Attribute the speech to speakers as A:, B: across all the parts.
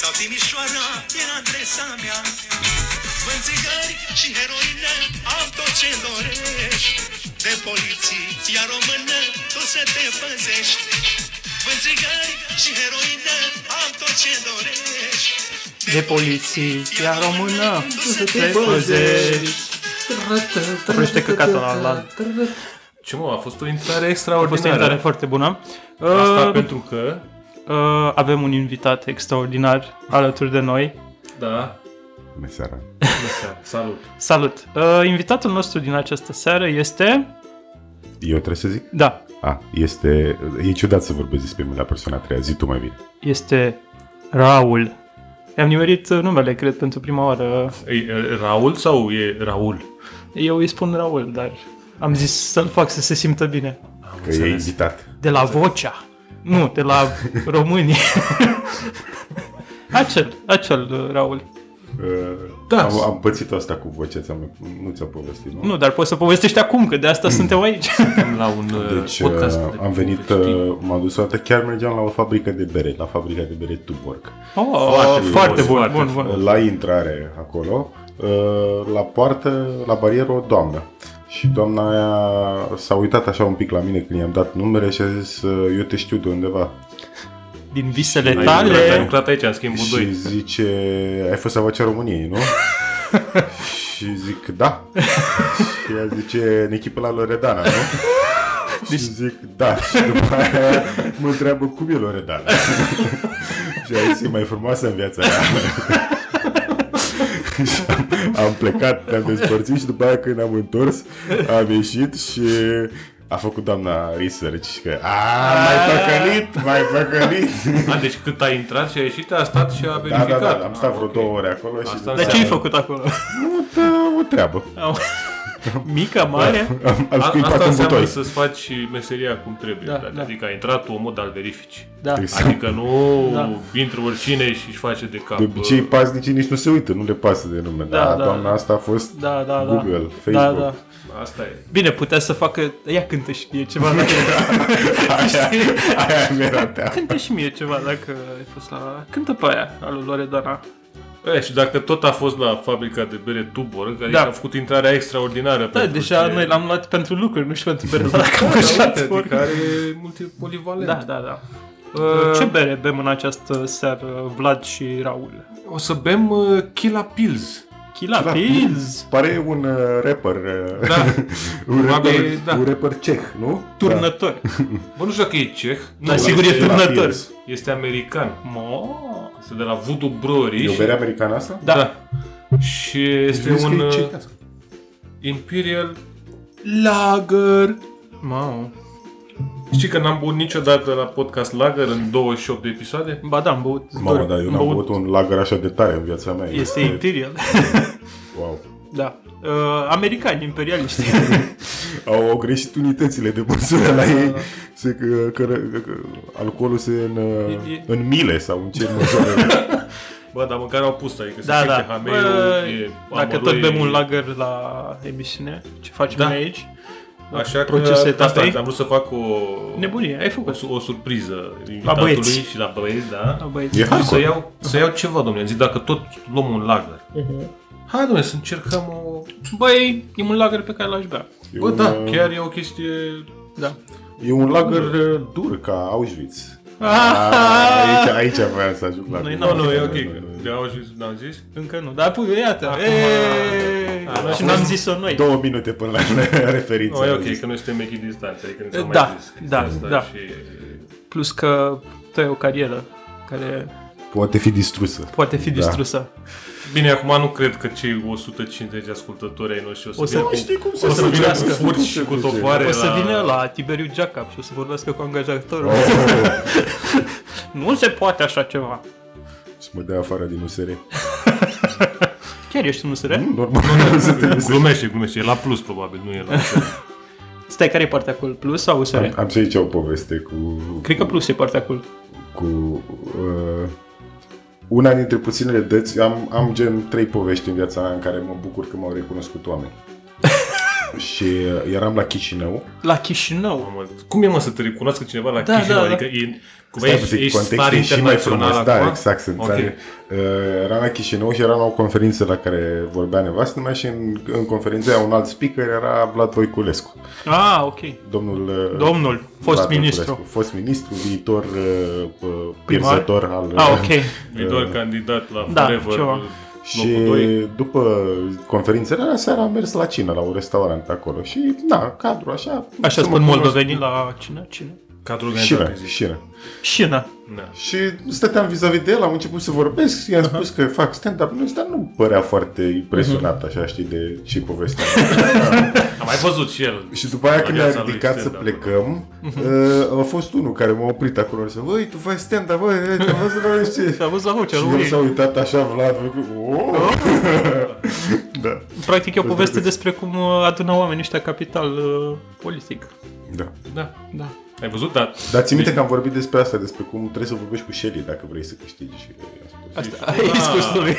A: Sau Timișoara era adresa mea Vând țigări și heroină Am tot ce dorești De poliția română Tu să te păzești Vând țigări și heroină Am tot ce dorești
B: De poliția română
A: tu
B: să
A: să
B: te păzești. Oprește căcatul ăla la
C: Ce mă, a fost o intrare
B: A fost o
C: extraordinară.
B: intrare foarte bună.
C: da. Asta
B: Uh,
C: pentru că,
B: uh, avem un invitat extraordinar alături de noi.
C: da,
D: Bună seara.
C: bună seara, salut.
B: Salut! Uh, invitatul nostru din această seară este...
D: Eu trebuie să zic?
B: Da,
D: A, este... E ciudat să vorbesc despre mine la persoana a treia. Zi tu mai bine.
B: este Raul. I-am nimerit uh, numele, cred, pentru prima oară.
C: E, e, Raul sau e Raul?
B: Eu îi spun Raul, dar am zis să-l fac să se simtă bine.
D: Că e invitat.
B: De la Vocea. Nu, de la românii. acel, acel uh, Raul.
D: Uh,
C: Da.
D: Am, am pățit asta cu vocea. Ți-am, nu ți-am povestit, nu?
B: Nu, dar poți să povestești acum, că de asta suntem aici.
C: Suntem la un uh,
D: Deci
C: podcast.
D: uh,
C: de
D: am venit,
C: povestiri.
D: uh, m-am dus o dată, chiar mergeam la o fabrică de bere, la fabrica de bere Tuborg.
B: Oh,
C: Foarte
B: foarte,
C: frumos,
B: foarte bun,
C: foarte
B: bun, bun.
D: La intrare acolo, uh, la poartă, la barieră, o doamnă. Și doamna aia s-a uitat așa un pic la mine când i-am dat numere și a zis, uh, eu te știu de undeva.
B: Din visele
C: Ai
B: tale...
C: lucrat- Ai Da, lucrat aici, în schimbul
D: Și
C: 2.
D: zice, ai fost avocatul României, nu? și zic, da. și ea zice, în echipă la Loredana, nu? Deci... Și zic, da. Și după aia mă întreabă, cum e Loredana? și a zis, e mai frumoasă în viața mea. Și am, am plecat, ne-am despărțit și după aia când ne-am întors, am ieșit și a făcut doamna research că a, mai păcălit, mai păcălit.
C: A, deci cât a intrat și a ieșit, a stat și a
D: Da,
C: verificat.
D: da, da, am stat
C: Ah,
D: vreo
C: ok.
D: două ore acolo și
C: Asta
B: Dar
C: înseamnă-
B: ce ai făcut acolo?
D: Da, o treabă.
B: Au- Mică, mare?
D: Am, am
C: A-
D: scuipat
C: Asta
D: un
C: înseamnă
D: buton.
C: să-ți faci meseria cum trebuie.
B: Da,
C: dar-
B: da.
C: Adică a intrat omul, dar verifici.
B: Da.
D: Exact.
C: Adică nu
B: Da.
C: intră oricine și își face de cap. uh,
D: De obicei pasnicii nici nu se uită, nu le pasă de nume. Da,
B: Da,
D: da,
B: da.
D: doamna asta a fost
B: Da, da, da.
D: Google, Facebook.
B: Da, da.
C: Asta e.
B: Bine, putea să facă... Ia cântă și mie ceva dacă...
D: Aia, aia mi-era teamă.
B: cântă și mie ceva dacă ai fost la... Cântă pe aia, a lui Loredana. Da,
C: E, și dacă tot a fost la fabrica de bere Tuborg, adică
B: Da,
C: da. a făcut intrarea extraordinară.
B: Da,
C: pentru
B: deja
C: ce-
B: noi l-am luat pentru lucruri, nu știu pentru bere la capăt și
C: Da,
B: la
C: uite,
B: sporc.
C: adică are multipolivalent.
B: Da, da, da.
C: Uh,
B: Ce bere bem în această seară, Vlad și Raul?
C: O să bem uh, Chila Pils.
B: Chila
D: Chila
B: Pils!
D: Pare un uh, rapper, uh,
C: Da.
D: un,
C: probabil,
D: rapper
C: da.
D: un rapper ceh, nu? Da.
B: Turnător.
C: Bă, nu știu dacă e ceh.
B: Dar
C: Nu,
B: sigur e
C: este,
B: tânăr.
D: Turnător.
C: Da, este american.
B: Mo.
C: Este de la Voodoo Brewery.
D: E o
C: și-
D: bere americană asta?
B: Da.
C: Și este
D: Vezi că
C: un
D: e
C: uh,
D: cehească.
C: Imperial Lager.
B: Mau.
C: Știi că n-am băut niciodată la podcast Lager în 28 de episoade?
B: Ba da, am băut.
D: Mamă,
B: doar-
D: dar eu
B: am
D: n-am băut un lager așa de tare în viața mea.
B: Este Imperial.
D: Wow.
B: da. Uh, americani, imperialiști.
D: Au, au greșit unitățile de măsură la ei. Se, că, că, că, că, alcoolul se în,
B: E- e-
D: în mile sau în ce măsoară.
C: Bă, dar măcar au pus, adică
B: da,
C: se
B: da.
C: da. hameiul, Bă, e
B: Bă, dacă
C: amărui,
B: tot bem un lager la emisiune, ce facem
C: Da.
B: noi aici?
C: Așa că
B: Proces
C: asta,
B: etapei.
C: am vrut să fac o...
B: Nebunie, ai făcut.
C: O, su- o surpriză invitatului
B: băieți.
C: și la băieți, da.
B: Da, băieți.
D: E
C: Hai să
D: hardcore.
C: iau, să iau ceva, domnule. Am zis, dacă tot luăm un lager.
B: Mhm.
C: Hai, domnule, să încercăm o...
B: Băi, e un lager pe care l-aș bea.
D: E
C: Bă,
D: un,
C: da,
D: uh,
C: chiar e o chestie...
B: Da.
D: E un lager uh, dur ca Auschwitz.
B: Ah!
D: Ah, aici, aici voiam să ajung la
B: Noi
D: mine.
C: Da, Nu, nu, e ok.
D: nu, nu.
C: De au zis, n-am zis.
B: Încă nu. Dar pui, iată.
C: Acum-
B: Eee!
D: Ah,
C: A, a
B: Și
C: fost
B: n-am zis-o noi.
D: Două minute până la referință.
C: Nu, e ok, că noi suntem echidistanți, adică ne
B: Da,
C: mai zis.
B: da,
C: Asta
B: da.
C: Și...
B: Plus că tu ai o carieră care
D: Poate fi distrusă.
B: poate fi
D: Da.
B: distrusă.
C: Bine, acum nu cred că cei 150 de ascultători ai noștri o să,
B: O să-
C: vină
B: Nu
C: cu-
D: știi cum
C: o să vină
B: vorbească.
C: cu furci și cu topoare
B: O să vină la Tiberiu Jacob și o să vorbească cu angajatorul.
D: Oh.
B: Nu se poate așa ceva.
D: Și mă dea afară din USR.
B: Chiar ești un USR?
D: Normal.
C: Glumește, glumește, e la plus probabil, nu e la
B: Stai, care e partea cool? Plus sau USR?
D: Am să aici o poveste cu...
B: Cred că plus e partea cool.
D: cu uh, una dintre puținele dăți, am, am gen trei povești în viața mea în care mă bucur că m-au recunoscut oameni. și uh, eram la Chișinău.
B: La Chișinău.
C: Mamă, Cum e mă să te recunoască cineva la
B: Da,
C: Chișinău?
B: da, da.
C: adică e, cumva
D: Stai
C: ești,
D: puțin,
C: ești star
D: contextul e și mai
C: internațional
D: frumos.
C: acum?
D: Da, exact. Sunt
C: Ok.
D: okay. Eram la Chișinău și eram la o conferință la care vorbea nevastă mea și în, în conferința aia un alt speaker era Vlad Voiculescu.
B: Ah, ok.
D: Domnul... uh,
B: Domnul, fost
D: Vlad
B: ministru.
D: Voiculescu, Fost ministru, viitor uh,
B: Primar?
D: pierzător al... uh,
B: Ah, ok.
C: Viitor candidat la
B: Da,
C: Forever.
B: ceva.
C: locul
D: Și
C: doi.
D: după conferințele alea, seara am mers la cină, la un restaurant acolo. Și, na, cadru așa...
B: Așa
D: să
B: spun
D: mă cunosc-
B: moldovenii la cine? Cine?
C: Cadru
D: Șiră,
C: organizat. zici.
D: șiră.
B: Șina.
C: Da.
D: Și stăteam vis-a-vis de el, am început să vorbesc, i-am spus că fac stand-up, nu, dar nu părea foarte impresionat, așa, știi, de ce povestea.
C: Am mai văzut și el.
D: și după aia când
C: Viața
D: ne-a
C: lui
D: ridicat să
C: stand-up.
D: plecăm, uh, a fost unul care m-a oprit acolo și a zis, băi, tu faci stand-up, băi, te-am văzut la ce...
B: S-a văzut la vocea
D: Și el
B: lui.
D: s-a uitat așa, Vlad, făcut, "Oh!" da,
B: Practic e o poveste
D: drăguț.
B: despre cum uh, adună oamenii ăștia capital uh, politic.
D: da.
C: Da.
B: Da.
C: Ai văzut? Da.
D: Dar ți minte că am vorbit despre asta, despre cum trebuie să vorbești cu Shelly dacă vrei să câștigi și uh, i-am spus.
B: Ai spus lui.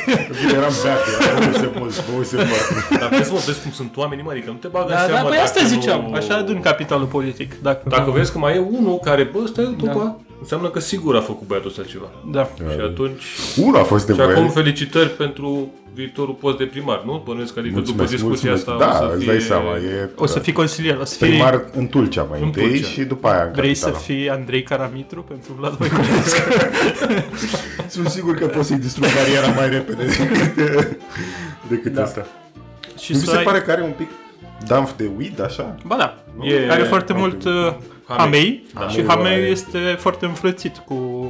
D: Bine, eram beat, eram băuse mulți, băuse mari.
C: Dar vezi, mă, vezi cum sunt oamenii mari, că nu te bagă
B: Da,
C: seama
B: da, păi
C: dacă
B: asta
C: nu-
B: ziceam. Așa adun capitalul politic. Dacă,
C: Dacă vezi că mai e unul care, bă, stai după, înseamnă că sigur a făcut băiatul ăsta ceva.
B: Da.
C: Și atunci...
D: Unul a fost
C: Și
D: nevoie.
C: acum felicitări pentru viitorul post de primar, nu? Bănuiesc că adică după discuția asta
D: da,
C: o să
D: îți
C: fie...
D: dai seama, e
B: O să fii consilier, o să fii...
D: primar în Tulcea mai întâi
C: Tulcea.
D: și după aia în
B: Vrei să
D: capitală.
B: fii Andrei Caramitru pentru Vlad Voiculescu?
D: Sunt sigur că poți să-i distrug cariera mai repede decât, decât da. asta.
B: și
D: Mi se
B: să ai...
D: pare că are un pic damp de weed, așa?
B: Ba da,
C: E-
B: are foarte
D: ok.
B: mult uh,
C: Hamei.
B: hamei
C: Da.
B: și
D: Hameiul
B: hamei
D: are-
B: este foarte înflățit cu...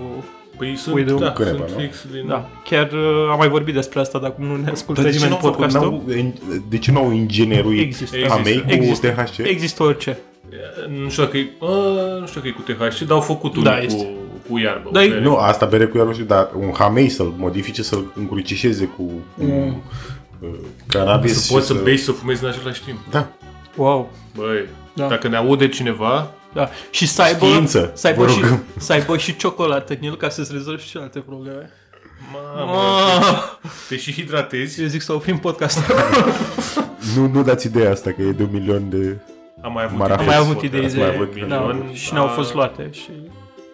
C: Păi sunt,
B: Uite,
C: da,
D: un cânepă,
C: sunt
D: nu?
C: fix din...
B: Da, chiar uh, am mai vorbit despre asta, dar acum nu ne ascultă
D: Dar de ce
B: nimeni
D: n-au făcut-
B: podcastul.
D: n-au- en- de ce nu au ingineruit
B: Există.
D: hamei cu
B: Există.
D: THC?
B: Există orice.
C: Nu știu dacă e, a, nu știu dacă e cu THC, dar au făcut unul
B: Da,
C: cu,
B: este.
C: cu iarbă.
B: Da,
C: o
B: e-
C: bere.
D: Nu, asta bere cu iarul, dar un hamei să-l modifice, să-l încrucișeze cu mm. cannabis.
C: Să
D: și
C: poți să bei și să fumezi în același timp.
D: Da.
B: Wow.
C: Băi,
B: Da.
C: dacă ne aude cineva,
B: Da. Și să aibă,
D: Știință,
B: să, aibă
D: vă
B: și,
D: rugăm.
B: să aibă și ciocolată în el ca să-ți rezolvi și alte probleme.
C: mamă,
B: Ah,
C: te și hidratezi.
B: eu zic să oprim podcastul.
D: Nu, nu dați ideea asta că e de un milion de...
C: Am mai avut
D: Marafez.
B: Am mai
D: Yes,
B: avut idei
D: ați mai avut
B: de...
D: când
B: Da,
D: am-
B: și n-au fost luate și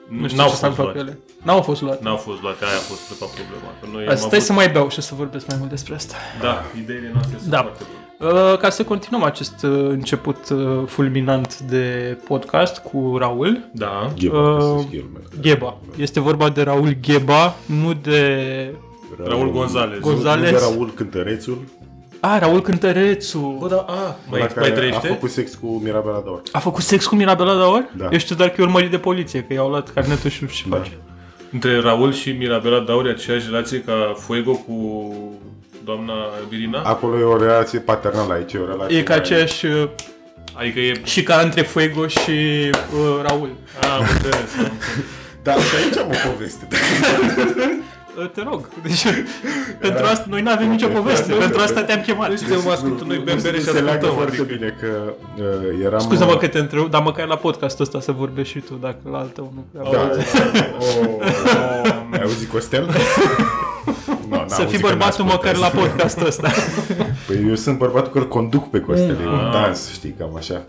B: nu știu
C: N-au
B: ce s-a
C: fost
B: întâmplat cu
C: luate.
B: ele. N-au fost luate.
C: N-au fost luate, aia a fost de fapt problema. Că noi
B: Stai
C: am avut...
B: să mai beau și să vorbesc mai mult despre asta.
C: Da, ideile noastre sunt
B: Da.
C: foarte bune.
B: Uh, Ca să continuăm acest uh, început uh, fulminant de podcast cu Raul
C: Da.
D: Gheba,
B: Uh,
D: să scrie lumea.
B: Gheba. Este vorba de Raul Gheba, nu de...
C: Raul Gonzalez.
D: Nu- nu
B: Gonzalez.
D: de Raul Cântărețul,
B: Ah, Raul Cântărețu!
C: Bă, da, a, mai,
D: la
C: mai
D: care a
C: trăiește?
D: făcut sex cu Mirabela Daur.
B: A făcut sex cu Mirabela Daor?
D: Da.
B: Eu știu doar că e urmărit de poliție, că i-au luat carnetul și nu știu ce
D: Da.
B: face.
C: Între Raul și Mirabela Daure aceeași relație ca Fuego cu doamna Birina?
D: Acolo e o relație paternală, aici e o relație...
B: E ca
D: mai-
B: aceeași uh,
C: Adică e...
B: și ca între Fuego și uh, Raul.
C: A, am înțeles. am înțeles.
D: Da, și aici am o poveste. da.
B: Uh, Te rog, deci, pentru
D: Da.
B: asta noi nu avem nicio poveste, pentru asta te-am chemat.
C: Suntem ascultă, noi bem bere și
D: se leagă
C: ascultăm.
D: foarte
C: adică.
D: bine că uh, eram...
B: Scuze-mă că te întreb, dar măcar la podcastul ăsta să vorbești și tu, dacă la altul nu prea.
D: Da.
C: Oh.
D: Oh, oh, ai auzit Costel? No, n-am
B: Să
D: auzit
B: fii
D: că
B: bărbatul
D: n-ascultă.
B: măcar la podcastul ăsta.
D: Păi eu sunt bărbatul care conduc pe Costel, e un dans, știi, cam așa.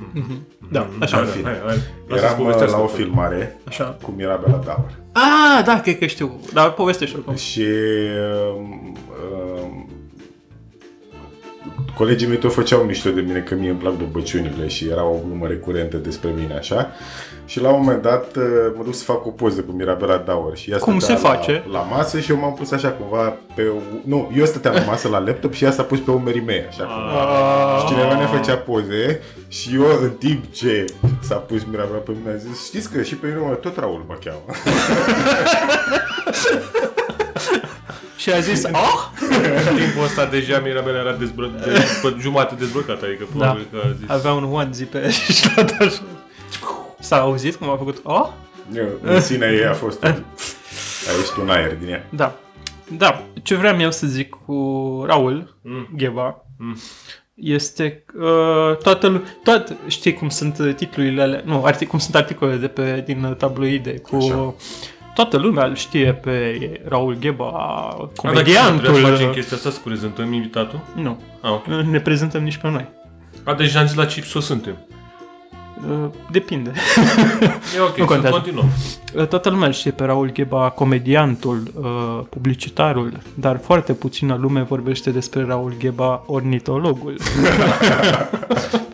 B: da,
C: Hai,
B: așa.
D: fi.
C: hai, hai. Lasă-ți
D: Eram uh,
C: povestească.
D: la o filmare
B: Așa.
D: cu Mirabela Daur.
B: Ah, da, cred că știu. Dar povestește oricum.
D: Și um, um, colegii mei tot făceau mișto de mine că mie îmi plac bobăciunile și era o glumă recurentă despre mine așa. Și la un moment dat uh, mă duc să fac o poză cu Mirabela Daur și ea
B: Cum
D: stătea
B: se
D: la,
B: face?
D: La masă și eu m-am pus așa cumva pe... u- Nu, eu stăteam la masă la laptop și ea s-a pus pe umerii mei așa
B: Ah.
D: cumva. Și cineva ne făcea poze și eu în timp ce s-a pus Mirabela pe mine a zis știți că și pe mine mă- tot Raul mă cheamă.
B: Și a zis, oh,
C: În timpul ăsta deja Mirabela era dezbră... de... pe jumate dezbrăcată, adică
B: Da.
C: probabil că a zis...
B: avea un onesie pe și l-a dat așa. S-a auzit cum a făcut, oh?
D: Eu, În sine ei a fost un- a ieșit un aer din ea.
B: Da. Da, ce vreau eu să zic cu Raul
C: Mm.
B: Gheba este că uh, toată lu- toată, știi cum sunt uh, titlurile alea, nu, artic, cum sunt articolele de pe, din uh, tabloide cu
D: Așa.
B: toată lumea îl știe pe Raul Gheba,
C: A, dacă nu
B: comediantul.
C: Trebuie să facem
B: uh,
C: chestia asta, să prezentăm invitatul?
B: nu,
C: A, ok.
B: nu ne prezentăm nici pe noi.
C: A, deci n-am zis la Cipso suntem.
B: Uh, Depinde.
C: E ok,
B: Nu
C: să
B: contează.
C: continuăm.
B: Uh, Toată lumea îl știe pe Raul Gheba, comediantul, uh, publicitarul, dar foarte puțină lume vorbește despre Raul Gheba, ornitologul.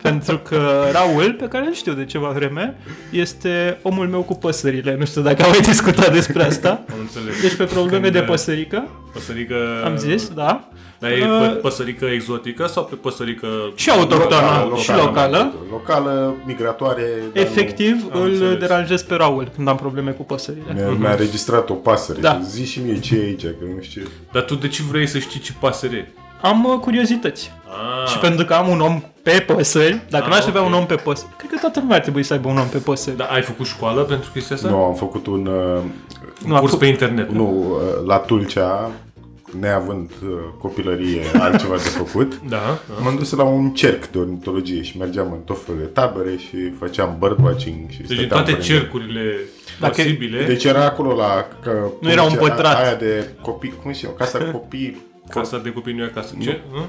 B: Pentru că Raul, pe care îl știu de ceva vreme, este omul meu cu păsările. Nu știu dacă am mai discutat despre asta.
C: Am înțeles.
B: Deci pe probleme
C: Când,
B: de
C: uh,
B: păsărică,
C: Păsărică...
B: am zis, da.
C: Dar e pă-
B: Uh,
C: păsărică exotică sau pe păsărică...
B: Și autohtonă
D: Locală,
B: și locală.
D: Locală, migratoare. dar nu-
B: Eh, Efectiv,
C: Am
B: îl
C: înțeles.
B: deranjez pe Raul când am probleme cu păsările.
D: Mi-a, mi-a registrat o pasăre.
B: Da.
D: Zi și mie ce e aici, că nu știu ce.
C: Dar tu de ce vrei să știi ce pasăre e?
B: Am uh, curiozități.
C: Ah,
B: Și pentru că am un om pe păsări, dacă
C: Ah,
B: n-aș avea
C: ok. Da.
B: un om pe păsări, cred că toată lumea ar trebui să aibă un om pe păsări.
C: dar ai făcut școală pentru chestia asta?
D: Nu, am făcut un... uh,
B: a
C: Curs
B: făcut-
C: pe internet.
D: Nu, uh, la Tulcea, neavând uh, copilărie altceva de făcut,
C: Da, da.
D: m-am dus la un cerc de ornitologie și mergeam în tot felul de tabere și făceam birdwatching și
C: Deci
D: stăteam
C: în toate
D: prin-
C: cercurile
B: Dacă-
C: posibile...
D: Deci era acolo la... Că,
B: Nu era un
D: cum zicea,
B: pătrat.
D: Aia de copii, cum se cheamă? Casa copii...
C: Casa de copii nu e acasă. Ce? Hă?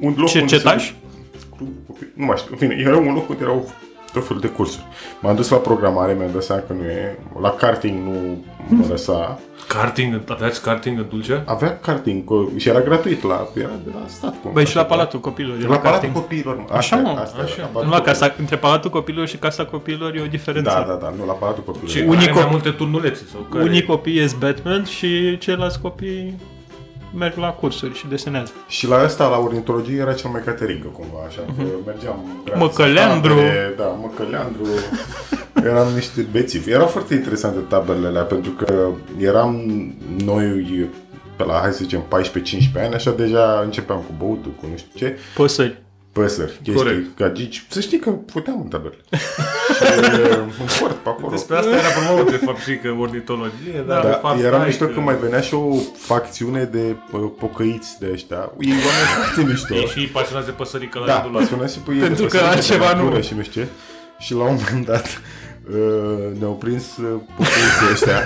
D: Un loc
B: Cercetaș?
D: unde se- Club copii- Nu mai știu. În fine, era un loc unde erau tot felul de cursuri. M-am dus la programare, mi-am dat seama că nu e... La karting nu mă lăsa.
C: Karting, aveați karting în Dulcea?
D: Avea karting co- și era gratuit la... Era de la stat. Cum
B: Băi, și la Palatul Copilor. e
D: La Palatul
B: karting.
D: Copiilor, mă.
B: Așa, mă,
D: Asta,
C: așa.
D: era.
B: Nu la casa, între Palatul Copilor și Casa Copilor e o diferență.
D: Da, da, da, nu, la Palatul Copiilor.
C: Ce?
D: era.
B: Unii
C: Unii mai
B: copii-
C: multe turnulețe sau care?
B: Unii copii ies Batman și ceilalți copii merg la cursuri și desenează.
D: Și la ăsta, la ornitologie, era cel mai cateringă, cumva, așa, că
C: Mhm.
D: mergeam... gratis.
B: Măcăleandru.
D: Tabere, Da, măcăleandru. Eram niște bețivi. Erau foarte interesante taberele alea, pentru că eram noi pe la, hai să zicem, 14-15 ani, așa deja începeam cu băutul, cu nu știu ce,
B: Păsări.
D: păsări, chestii,
C: Corect.
D: gagici. Să știi că puteam în taberele. și e, un port pe acolo.
C: Despre asta era promovă, de fapt, și că ornitologie, dar de
D: Da,
C: fapt...
D: era
C: hai
D: mișto
C: că-
D: că mai venea și o facțiune de uh, pocăiți de ăștia. Ei oameni foarte mișto.
C: E și pasionați de păsărică la
D: Da,
C: rândul
D: mă
C: lor.
D: spunea și pe ei
B: Pentru
D: de
B: că
D: păsărică,
B: altceva
D: de natură
B: nu.
D: Și nu știu ce. Și la un moment dat uh, ne-au prins uh, pocăiții ăștia.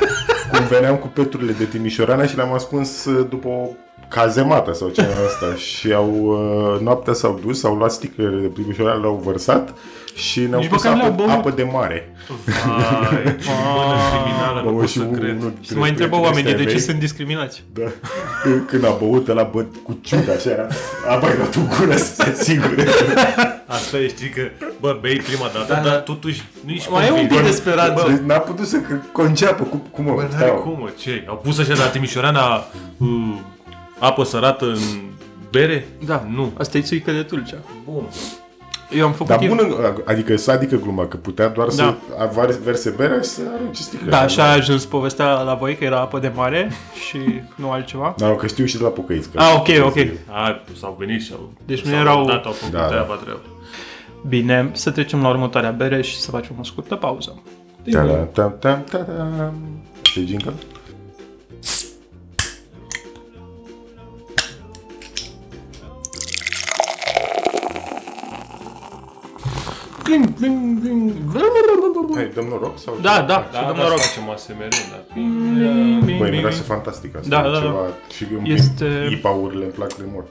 D: cum veneam cu peturile de Timișorana și le-am ascuns uh, după o cazemată sau ceva în asta și au, uh, noaptea s-au dus, au luat sticlele de Timișorana, le-au vărsat și ne-au
B: Nici
D: pus
B: măcar le-au
D: apă,
B: băut.
D: apă de mare.
C: Vai, ce mână criminală, nu
D: Bă,
C: pot
D: și
C: să
D: unul
C: cred.
D: dintre
B: Și mai întrebă
D: prietenii
B: oamenii de
D: ăștia
B: ce
D: mei-
B: sunt discriminați.
D: da. Când a băut ăla, bă, cu ciuda așa era. A băgat tu gură să se asigure.
C: Asta e, știi că, bă, bei prima dată,
D: Da,
C: dar totuși nu ești
B: Mai e un
C: convins.
B: pic de speranță.
D: Bă, n-a putut să conceapă cum, cum mă,
C: Bă, n-are cum, mă, ce? Au pus așa de la Timișoreana uh, apă sărată în bere?
B: Da.
C: Nu.
B: Asta e țuică de tulcea.
C: Bun.
B: Eu am făcut...
D: Dar bună, adică să adică gluma, că putea doar să
B: Da.
D: avare- verse berea și să arunce sticlele.
B: Da, așa a ajuns povestea la voi, că era apă de mare și nu altceva.
D: Da, că știu și de la pocăiți. că-
B: Ah, ok, ok.
C: A, s-au venit și au...
B: Deci nu
C: s-au
B: erau-
C: Dat, au făcut
D: Da, da.
C: treaba, treaba.
B: Bine, să trecem la următoarea bere și să facem o scurtă pauză.
D: Ta-da, tam, tam, ta-da. Ce jingle?
C: Cling, cling, cling.
D: Hai, dăm noroc sau ce?
B: Da, da,
C: Da,
B: da,
C: da,
B: noroc.
C: să facem ASMR, da.
B: Mm.
D: Băi, miroase fantastic asta.
B: Da,
D: e
B: da,
D: ceva, Și în
B: Este-
D: este... IPA-urile îmi plac de mult.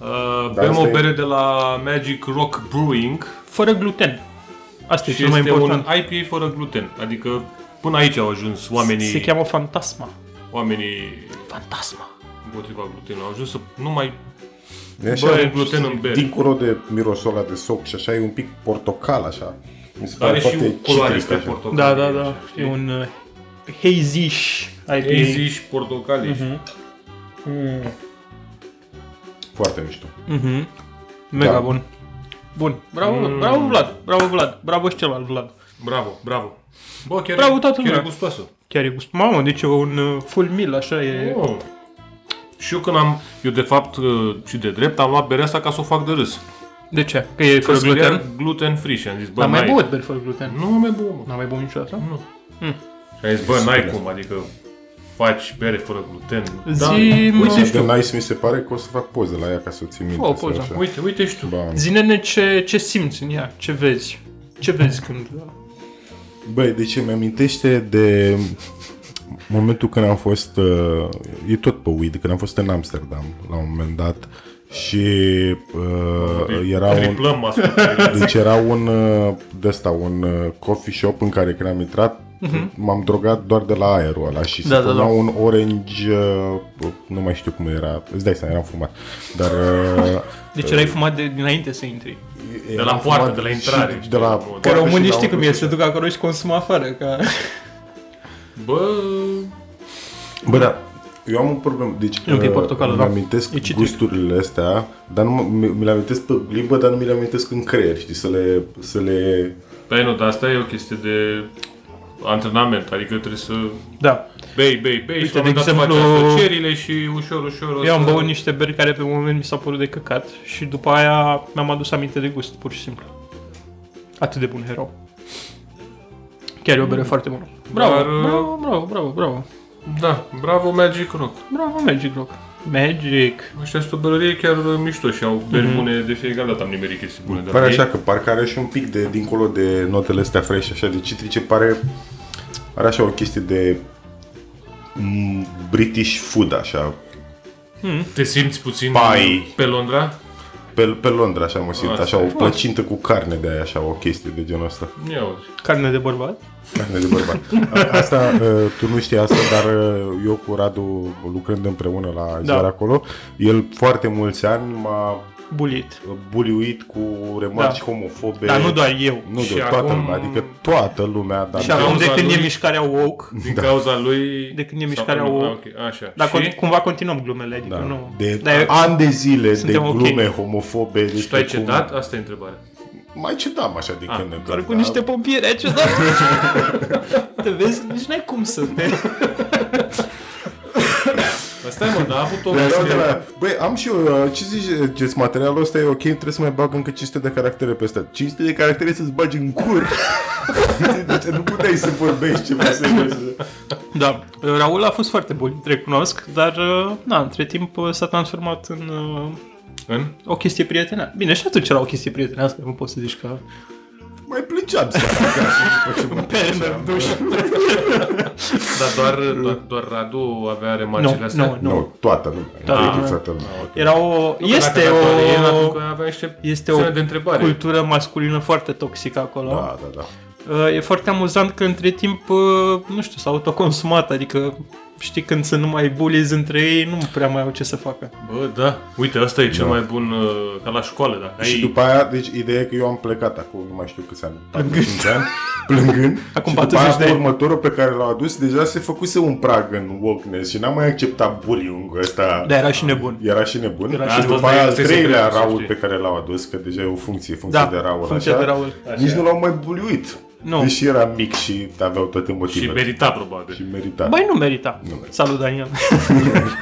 C: Uh,
D: Da,
C: bem
D: asta
C: o
D: e-
C: bere de la Magic Rock Brewing
B: Fără gluten. Asta e
C: și
B: cel mai
C: este un
B: important.
C: IPA fără gluten. Adică până aici au ajuns oamenii,
B: Se cheamă Fantasma.
C: oamenii
B: Fantasma.
C: împotriva glutenului. Au ajuns să nu mai
D: E așa,
C: băie gluten în bere.
D: dincolo de mirosul ăla de soc și așa, e un pic portocal, așa. Mi se
C: Are
D: pare
C: și
D: foarte
C: o culoare
D: citric,
C: spre
D: așa.
C: portocaliu.
B: Da, da, da.
C: știi?
B: E un uh, hazy-ish IPA.
C: Hazy și portocalii.
B: Mhm. Mm.
D: Foarte mișto.
B: Mhm. Mega
D: Da.
B: bun. Bun. Mm. Bravo, bravo Vlad. Bravo Vlad. Bravo și celălalt Vlad.
C: Bravo, bravo. Bă, chiar,
B: Bravo,
C: e,
B: toată
C: chiar e
B: lumea.
C: gustoasă.
B: Chiar e gust. Mamă, deci e un uh, full meal, așa e.
C: Oh. Și eu când am, eu de fapt uh, și de drept, am luat berea asta ca să o fac de râs.
B: De ce? Că e
C: Că
B: fără
C: gluten?
B: gluten?
C: gluten free și am zis, bă,
B: Dar mai
C: n-ai-
B: băut beri fără gluten.
C: Nu am mai băut, mă.
B: N-am mai băut niciodată? Nu.
C: Și am zis, bă, n-ai cum, adică faci bere fără gluten. Da,
B: Zi-
C: uite și
D: Deci de
C: tu.
D: nice mi se pare că o să fac poze la ea ca să o țin minte.
B: Fă o
D: sau
B: poză.
D: așa.
C: Uite, uite și tu.
D: Ba,
B: Zine-ne ce, ce simți în ea, ce vezi. Ce vezi când...
D: Băi, deci îmi amintește de momentul când am fost, uh, e tot pe weed, când am fost în Amsterdam la un moment dat Și uh, era un,
C: Triplăm ascultările.
D: Deci era un uh, de ăsta, un uh, coffee shop în care când am intrat, m-am drogat doar de la aerul ăla și
B: Mhm. Da,
D: se
B: da,
D: punea
B: da.
D: un orange, uh, nu mai știu cum era, îți dai seama, eram fumat. Dar uh,
B: Deci erai fumat de, dinainte să intri.
D: eram
C: la poartă,
D: fumat
C: de la intrare,
D: Și de la
C: știi,
B: Că
C: nu, Că
D: poartă și
B: românii
D: la
B: știi
D: un-
B: cum e, se duc acolo și consumă afară. Ca...
C: Bă,
D: Bă, da, eu am un problem. Deci,
B: E ok,
D: uh,
B: portocală,
D: îmi
B: da.
D: amintesc
B: E citric.
D: gusturile astea, dar nu, mă- mi, mi le amintesc pe limbă, dar nu mi le amintesc în creier, știi, să le, să le
C: păi nu, dar asta e o chestie de antrenament, adică trebuie să
B: Da.
C: bei, bei, bei și
B: Uite,
C: la un
B: de
C: moment dat faci
B: exemplu-
C: asocierile și ușor, ușor o
B: Eu am
C: să-
B: băut niște beri care pe moment mi s-au părut de căcat și după aia mi-am adus aminte de gust, pur și simplu. Atât de bun erau. Chiar e o bere foarte bună. Bravo,
C: Dar, uh,
B: bravo, bravo, bravo, bravo.
C: Da, bravo Magic Rock.
B: Bravo, Magic Rock. Magic.
C: Ăștia sunt o bălărie chiar uh, mișto
B: Mhm.
C: și au beri bune de fiecare dată, am nimerit chestii bune
B: Păi
C: de la
D: Pare
C: ei.
D: așa că parcă are și un pic de dincolo de notele astea fresh, așa de citrice, pare are așa o chestie de mm, British food, așa,
C: Te simți puțin
D: Pai.
C: pe Londra?
D: pe, pe Londra, așa mă simt,
C: Asta
D: așa o
C: e.
D: plăcintă cu carne de aia, așa, o chestie de genul ăsta,
C: Ia uzi.
B: Carne de bărbat.
D: carne de bărbat. A- Asta, uh, tu nu știi asta, dar uh, eu cu Radu, lucrând împreună la
B: Da.
D: ziar acolo, el foarte mulți ani m-a
B: Bulit.
D: buliuit cu remarci
B: Da.
D: homofobe.
B: Dar nu doar eu.
D: Nu,
C: Și
D: doar toată
C: acum-
D: lumea, adică toată lumea, dar
B: Și acum de
C: cauza
B: când e
C: lui-
B: mișcarea woke,
C: Din cauza lui...
B: De când e
C: Sau-
B: mișcarea
C: nu,
B: o-
C: ah, ok, Așa.
B: dar
C: și
B: con- cumva continuăm glumele, adică
D: Da.
B: nu...
D: De
B: Dar eu-
D: ani de zile de
B: Suntem ok.
D: glume homofobe.
C: și tu ai cedat? Asta e întrebarea.
D: Mai cedam așa de când în
B: Doar
D: când.
B: Ah, cu
D: da.
B: niște pompieri, aici, da? te vezi, nici n-ai cum să te...
C: Dar stai mă, dar a avut o
B: Da,
D: Erau
B: Păi,
D: de
C: chestie...
D: la... Păi, da, Băi, am și eu, uh, ce ziceți, materialul ăsta e ok, trebuie să mai bag încă 500 de caractere peste asta. 500 de caractere să-ți bagi în cur. deci nu puteai să vorbești ceva serios.
B: Da, Raul a fost foarte bun, recunosc, dar uh, na, între timp uh, s-a transformat în uh,
C: În?
B: o chestie prietenească. Bine, și atunci era o chestie prietenească, nu poți să zici că...
D: Mai plângeam seara acasă după ce mă duceam.
C: Dar doar, doar, doar Radu avea remarcile
B: Nu,
C: astea?
B: nu,
D: Nu,
B: nu.
D: toată lumea.
B: Da.
D: Da. Toată lumea.
B: Era o...
C: Că dacă
B: Este
C: era doar El,
B: o...
C: atunci avea niște
B: Este
C: semne
B: o
C: de întrebare.
B: cultură masculină foarte toxică acolo.
D: Da, da, da.
B: Uh, E foarte amuzant că între timp, uh, nu știu, s-a autoconsumat, adică știi când sunt numai bullies între ei, nu prea mai au ce să facă.
C: Bă, da. Uite, ăsta e cel mai bun uh, ca la școală, dacă ai...
D: Și după aia, deci ideea e că eu am plecat acum, nu mai știu câți ani, 45 ani, plângând.
B: Acum
D: și după
B: 40 de
D: aia,
B: ani.
D: următorul pe care l-au adus, deja se făcuse un prag în wokeness și n-am mai acceptat bullying-ul ăsta.
B: Dar era și nebun.
D: Era și nebun.
B: Era
D: Era
B: și
D: și după
C: nebun.
D: aia, al
C: Asta e secret,
D: treilea
C: să
D: raul
C: știi.
D: pe care l-au adus, că deja e o funcție, funcție
B: Da,
D: de raul
B: funcție
D: așa,
B: de raul.
D: nici nu l-au mai buliuit.
B: Nu.
D: Deși era mic și aveau toate
C: Și
D: motivele.
C: merita, probabil.
D: și merita.
B: Băi, nu merita.
D: Nu merita.
B: Salut, Daniel.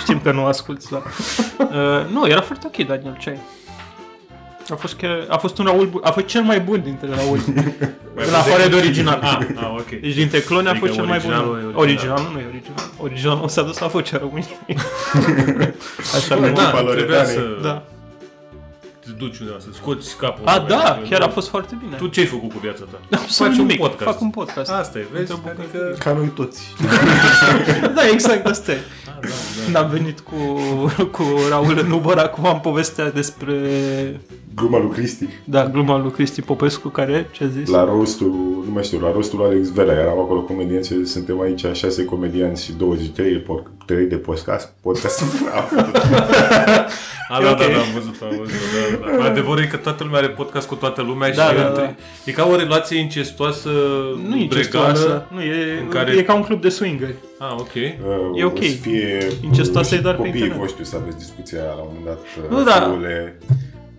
B: Știm că nu asculti, dar... Uh, nu, era foarte ok, Daniel, ce ai? A fost, chiar, a fost un Raul bun, a fost cel mai bun dintre Raul.
C: Mai
B: În
C: bun
B: afară de
C: decât-
B: original.
C: Ah, ah, ok.
B: Deci dintre clone a
C: Adică
B: fost cel mai bun.
C: originalul e original.
B: Originalul nu e original. Originalul s-a dus la vocea României. Așa
D: Bă,
B: cum
D: da.
B: da.
D: Paloretane.
C: trebuia să
B: da.
C: te duci undeva, să scoți capul.
B: A,
C: undeva,
B: da,
C: adică
B: chiar
C: nu-
B: a fost foarte bine.
C: Tu ce ai făcut cu viața ta?
B: Da, Absolut
C: faci un
B: nimic,
C: podcast. Ah,
B: Fac un podcast.
C: Asta e, vezi?
B: Uite o bucată.
C: Adică...
D: Ca noi toți.
B: Da, exact asta
C: Ah,
B: e.
C: da,
B: Când am venit cu, cu Raul în Uber, acum am povestea despre
D: Gluma lui Cristi.
B: da, gluma lui Cristi Popescu, care, ce a zis?
D: La rostul, nu mai știu, la rostul lui Alex Vera, eram acolo comedianți, suntem aici șase comedianți și 23 de porc- trei de podcast. podcast.
C: A, da,
B: ok.
C: da, da, am văzut, am văzut. Da, da. Adevărul e că toată lumea are podcast cu toată lumea
B: Da,
C: și
B: da,
C: între...
B: da.
C: E ca o relație incestoasă,
B: nu e
C: bregală.
B: incestoasă, nu, e,
C: în care-
B: e ca un club de swingeri.
C: Ah, ok.
D: Uh,
B: E ok.
D: o să Fie,
B: Incestoasă e doar pe
D: copiii
B: internet.
D: voștri să aveți discuția aia la un moment dat. uh,
B: Nu, da.
D: fiule.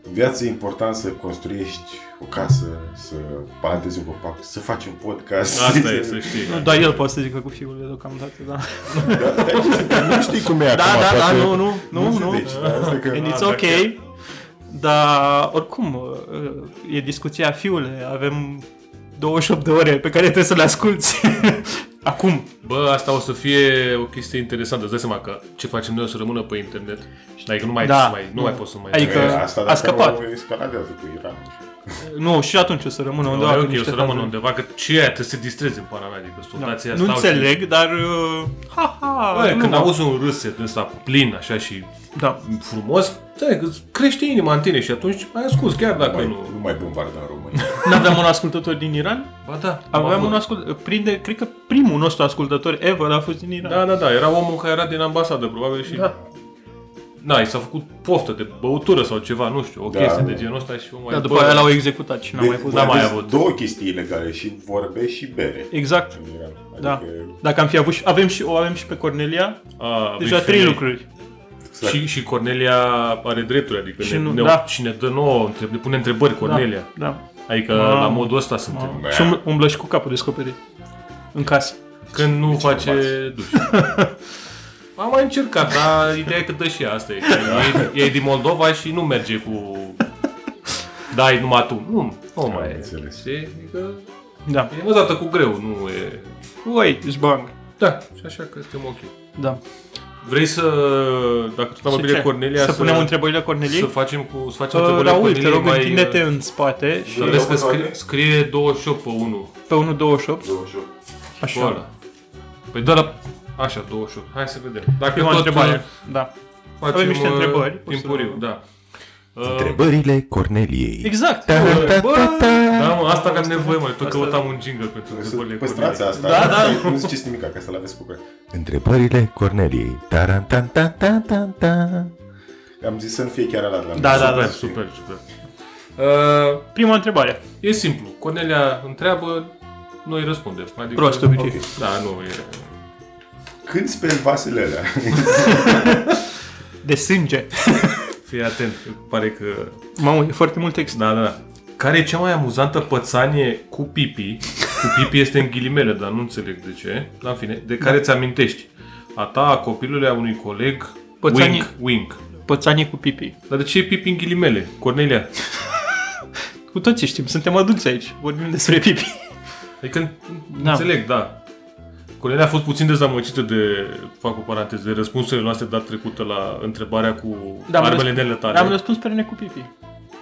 D: În viață e important să construiești o casă, să plantezi un copac, să faci un podcast.
C: Asta e, să știi.
B: Nu, doar el poate să zică cu fiul de deocamdată, da.
D: Nu știi cum e
B: Da,
D: acum.
B: da, da,
D: toate-
B: nu, nu, nu, nu.
D: Deci, da, asta că...
B: And it's
C: da,
B: ok.
C: chiar.
B: Dar, oricum, e discuția fiule, avem 28 de ore pe care trebuie să le asculti. Acum.
C: Bă, asta o să fie o chestie interesantă. Îți dai seama că ce facem noi o să rămână pe internet. Și adică nu mai,
B: Da.
C: mai, nu mai poți să mai...
B: Adică-
D: E, asta
B: a
D: dacă
B: scăpat.
D: nu escaladează cu Iran.
B: Nu, și atunci o să rămână
C: Nu,
B: undeva.
C: e
B: cu
C: ok, o
B: niște
C: să rămân
B: fazele.
C: undeva, că ce e, trebuie să te distrezi în pana mea, adică sotația
B: Nu înțeleg, dar... uh, Ha, ha,
C: Bă,
B: nu
C: când
B: mă-
C: auzi un râset ăsta plin, așa și
B: Da.
C: frumos, înțeleg, îți crește inima în tine și atunci ai ascuns, chiar dacă
D: Mai,
C: nu...
D: nu mai bombarda în România.
B: N-aveam un ascultător din Iran?
C: Ba da,
B: Aveam
C: mă-
B: un ascult... Prinde, cred că primul nostru ascultător ever a fost din Iran.
C: Da, da, da, era omul care era din ambasadă, probabil și... Da. Da, i s-a făcut poftă de băutură sau ceva, nu știu, o
D: Da.
C: chestie de genul ăsta și omul
B: Da,
C: a-
B: după
C: bă,
B: aia l-au executat și n-am mai fost.
C: da, mai
D: aveți
C: avut.
D: Două chestii ilegale, și vorbe și bere.
B: Exact.
D: în Iran. Adică
B: Da. Dacă am fi avut și, avem și, o avem și pe Cornelia,
C: a,
B: deja
C: vei
B: trei
C: fi-
B: lucruri.
D: Exact.
C: Și, și Cornelia are drepturi, adică
B: Și
C: ne,
B: nu-
C: ne,
B: da.
C: și ne dă nouă, întreb- ne pune întrebări Cornelia.
B: Da.
C: Adică
B: Mamă.
C: la modul ăsta suntem.
B: da. Și umbl- umblă și cu capul descoperit. În casă.
C: Când nu face
D: bărbați.
C: duș. Am mai încercat, dar ideea e că dă și asta. E, că e, e din Moldova și nu merge cu... Da, e numai tu. Nu, nu mai e.
D: înțeles.
C: Știi? Adică
B: Da.
C: e odată cu greu, nu e...
B: Ui, zbang.
C: Da, și așa că suntem ok.
B: Da.
C: Vrei să, dacă tot am
B: Și
C: vorbit de
B: ce?
C: Cornelia,
B: să, punem întrebările Corneliei?
C: să facem cu, să facem
B: Uh,
C: întrebările
B: Raul, te
C: Corneliei
B: rog,
C: mai...
B: întinde-te în spate și
C: Să vezi că
D: Raul,
C: scrie,
D: Raul.
C: scrie 28 pe 1.
B: pe 1.28.
D: Două jocuri.
B: Așa.
C: Boală. Păi doar la... Așa, 28. Hai să vedem. Dacă
B: Prima
C: tot,
B: întrebare.
C: uh,
B: Da.
C: Facem,
B: Avem niște
C: uh,
B: întrebări, o să-
C: Timpuriu, da. Uh,
D: Întrebările Corneliei.
B: Exact.
D: Ta, ta, ta,
B: Bă,
D: ta.
C: da, mă, asta aveam nevoie, mă. Tot
B: Asta-
C: căutam un jingle pentru întrebările
D: Păstrați
C: Cornelia.
D: asta.
B: Da, da.
D: Nu ziceți nimic, ca să l-aveți cu Întrebările Corneliei. Taran, tan, tan, tan, tan, tan. Am zis să nu fie chiar ala de la
B: Da, da,
C: Super,
B: da.
C: super, super. Uh,
B: Prima întrebare.
C: e simplu. Cornelia întreabă, noi răspundem. Adică,
B: Prost, obicei.
C: ok. Da, nu, e...
B: da.
D: Când speli vasele alea?
B: De sânge.
C: Fii atent, pare că...
B: Mamă, e foarte mult text.
C: Da, da, da. Care e cea mai amuzantă pățanie cu pipi? Cu pipi este în ghilimele, dar nu înțeleg de ce. La fine, de
B: Da.
C: care ți amintești? A ta, a copilului, a unui coleg...
B: Pățanie-
C: Wink, wink.
B: Pățanie cu pipi.
C: Dar de ce e pipi în ghilimele, Cornelia?
B: Cu toții știm, suntem adulți aici. Vorbim despre pipi.
C: Adică, da.
B: Da.
C: înțeleg, da. Cornelia a fost puțin dezamăgită de, fac o paranteză, de răspunsurile noastre dat trecută la întrebarea cu da,
B: am
C: armele
B: răsp-
C: neletale.
B: Am răspuns pe rene cu pipi.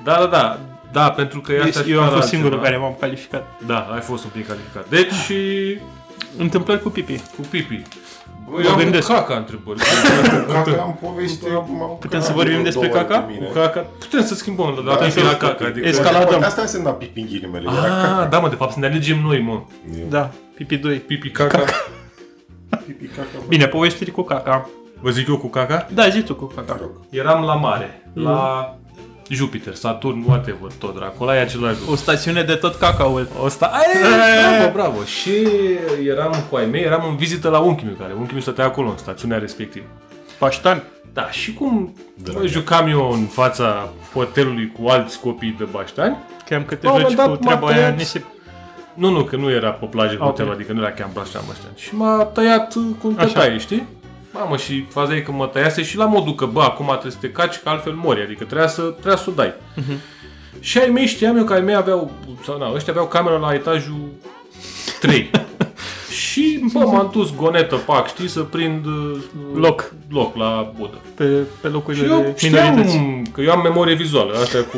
C: Da, da, da. Da, pentru că ea
B: Deci
C: s-a
B: eu am
C: așteptat la
B: fost singurul
C: altceva.
B: care m-am calificat.
C: Da, ai fost un pic calificat. Deci,
B: Ah.
C: și
B: Întâmplări cu pipi.
C: cu pipi. Bă,
B: Mă
C: eu am cu
B: gândesc.
C: caca întrebări.
D: Caca am povestit cum am
B: Putem
D: cacat
B: să vorbim
D: eu
B: despre
D: două ori
B: caca?
D: cu mine.
C: Cu caca. Putem să schimbăm la data
D: Da,
C: și
D: da,
C: la
D: da,
C: caca.
D: da.
C: Adică...
B: Escala-
D: Poate
B: Caladăm.
D: Asta însemna pipi în ghilimele. Era
C: Ah,
D: caca.
C: da, mă, de fapt să ne alegem noi, mă.
B: Da, pipi 2.
C: Pipi, caca.
D: Pipi caca. bă.
B: Bine, povestiri cu caca.
C: Vă zic eu cu caca?
B: Da, zi tu cu caca.
D: Te rog.
C: Eram la mare, la Jupiter, Saturn, whatever, tot dracu, ăla e același lucru.
B: O stațiune de tot cacaul.
C: O sta... Ai, bravo, bravo. Și eram cu ai mei, eram în vizită la unchiul meu, care unchiul meu stătea acolo, în stațiunea respectivă.
B: Paștan.
C: Da, și cum mă, jucam eu în fața hotelului cu alți copii de baștani,
B: Cream că te
C: La un
B: joci
C: moment
B: cu
C: dat m-a
B: treaba aia
C: tăiat-
B: nisip.
C: nu, nu, că nu era pe plajă okay.
B: Ok.
C: hotelul, adică nu era chiar baștani, baștani. Și m-a tăiat uh, cum te
B: Așa.
C: taie, știi? Mamă, și faza e că mă tăiase și la modul că, bă, acum trebuie să te caci, că altfel mori, adică trebuia să, trebuia să o dai.
B: Mhm.
C: Și ai mei știam eu că ai mei aveau, sau na, ăștia aveau cameră la etajul 3. și, bă, m-am dus gonetă, pac, știi, să prind uh,
B: Loc.
C: loc la budă.
B: Pe, pe
C: Și
B: locurile
C: eu
B: păi de
C: știam
B: minorități.
C: că eu am memorie vizuală, asta e cu,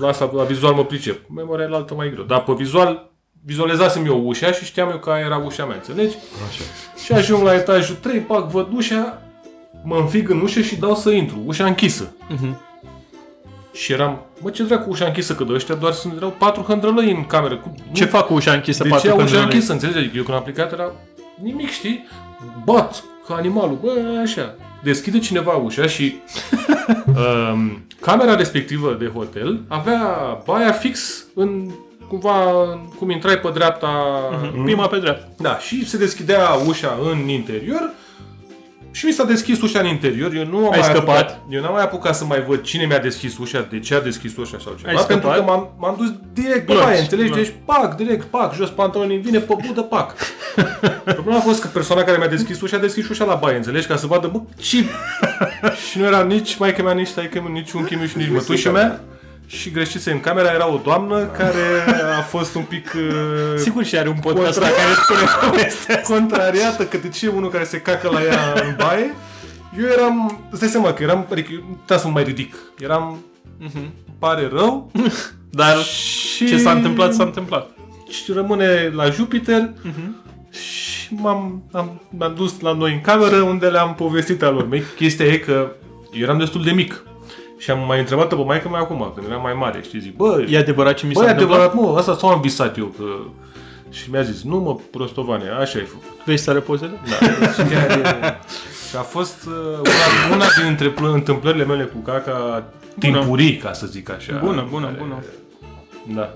C: la asta la vizual mă pricep. Memoria la altă mai greu, dar pe vizual vizualizasem eu ușa și știam eu că aia era ușa mea, înțelegi?
D: Așa.
C: Și ajung la etajul 3, pac, văd ușa, mă înfig în ușă și dau să intru, ușa închisă.
B: Mhm.
C: Și eram, mă, ce dracu ușa închisă, că de ăștia doar sunt, erau patru hândrălăi în cameră. Cu,
B: Ce fac cu ușa închisă?
C: de
B: patru
C: ce au
B: când
C: ușa
B: nu le-
C: închisă, înțelegi? Adică eu când am plecat era nimic, știi? Bat ca animalul, bă, așa. Deschide cineva ușa și um, camera respectivă de hotel avea baia fix în cumva în- cum intrai pe dreapta
B: Mm. Prima pe dreapta.
C: da, și se deschidea ușa în interior și mi s-a deschis ușa în interior. Eu nu am
B: Ai
C: mai
B: scăpat?
C: Apucat, eu n-am mai apucat să mai văd cine mi-a deschis ușa, de ce a deschis ușa sau ceva.
B: Ai
C: pentru
B: scăpat?
C: că m-am, m-am dus direct pe
B: Glonț,
C: baie, înțelegi?
B: glonț.
C: Deci pac, direct, pac, jos pantalonii, vine pe budă, pac. Problema a fost că persoana care mi-a deschis ușa a deschis ușa la baie, înțelegi? Ca să vadă, bă, ce... și nu era nici mai mea, nici taică nici unchiul meu și nici mătușa
B: da.
C: mea. Și greșise în camera era o doamnă care a fost un pic... uh,
B: Sigur și are un podcast la
C: Contra-
B: care spune povestea.
C: contrariată că de ce e unul care se cacă la ea în baie. Eu eram, da,
B: Mhm.
C: îți dai seama că eram, adică eu nu puteam să mă mai ridic. Eram, pare rău,
B: Dar
C: Și...
B: ce s-a întâmplat, s-a întâmplat.
C: Și rămâne la Jupiter.
B: Mhm.
C: Și m-am, am, m-am dus la noi în cameră unde le-am povestit al lor. Mei, Chestia e că eu eram destul de mic. Și am mai întrebat-o pe maică mea acum, când eram mai mare, știi, zic, bă,
B: E adevărat ce mi s-a
C: Băi,
B: întâmplat?
C: adevărat, mă, asta s-au visat eu. Că... Și mi-a zis, nu mă, prostovane, așa ai făcut.
B: Vrei să arăt pozele?
C: Da. și, chiar, e- și a fost uh, una, una dintre pl- întâmplările mele cu caca timpurii, ca să zic așa.
B: Bună, bună, bună.
C: Da.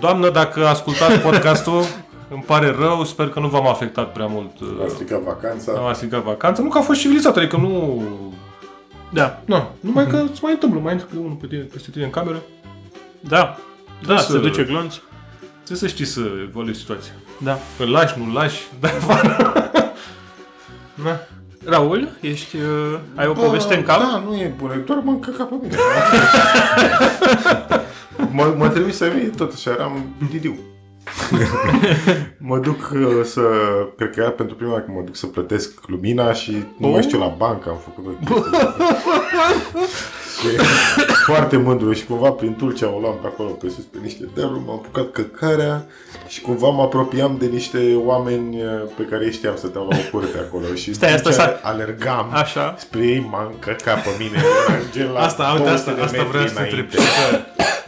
C: Doamnă, dacă ascultați podcastul, îmi pare rău, sper că nu v-am afectat prea mult. uh,
B: Da.
D: A stricat vacanța.
C: Am stricat vacanța, nu că a fost civilizat, adică nu... Mhm.
B: Da.
C: Na, numai că se mai întâmplă, mai intră unul pe tine, peste tine în cameră.
B: Da. Da,
C: Să-
B: se duce glonț.
C: Trebuie să știi să evaluezi situația.
B: Da.
C: Îl lași, nu-l lași, Da, dar Na.
B: Raul, ești, uh, ai o poveste în cap?
D: Da, nu e bună, doar m-am căcat pe mine. mă, mă trimis să vin tot așa, eram didiu. mă duc uh, să, cred că era pentru prima dată că mă duc să plătesc lumina și nu
B: Oh.
D: mai știu, la bancă am făcut o chestie. Și foarte mândru și cumva prin Tulcea o luam pe acolo pe sus pe niște dealuri, m-am apucat căcarea și cumva mă apropiam de niște oameni uh, pe care îi știam să dau la o curte acolo și
B: Stai, asta s-a-
D: alergam
B: Așa.
D: spre ei m-a încăcat pe mine. Gen la
C: Asta, uite,
D: 200
C: asta,
D: de
C: asta
D: metri
C: vreau să te
D: înainte.
C: întreb. și că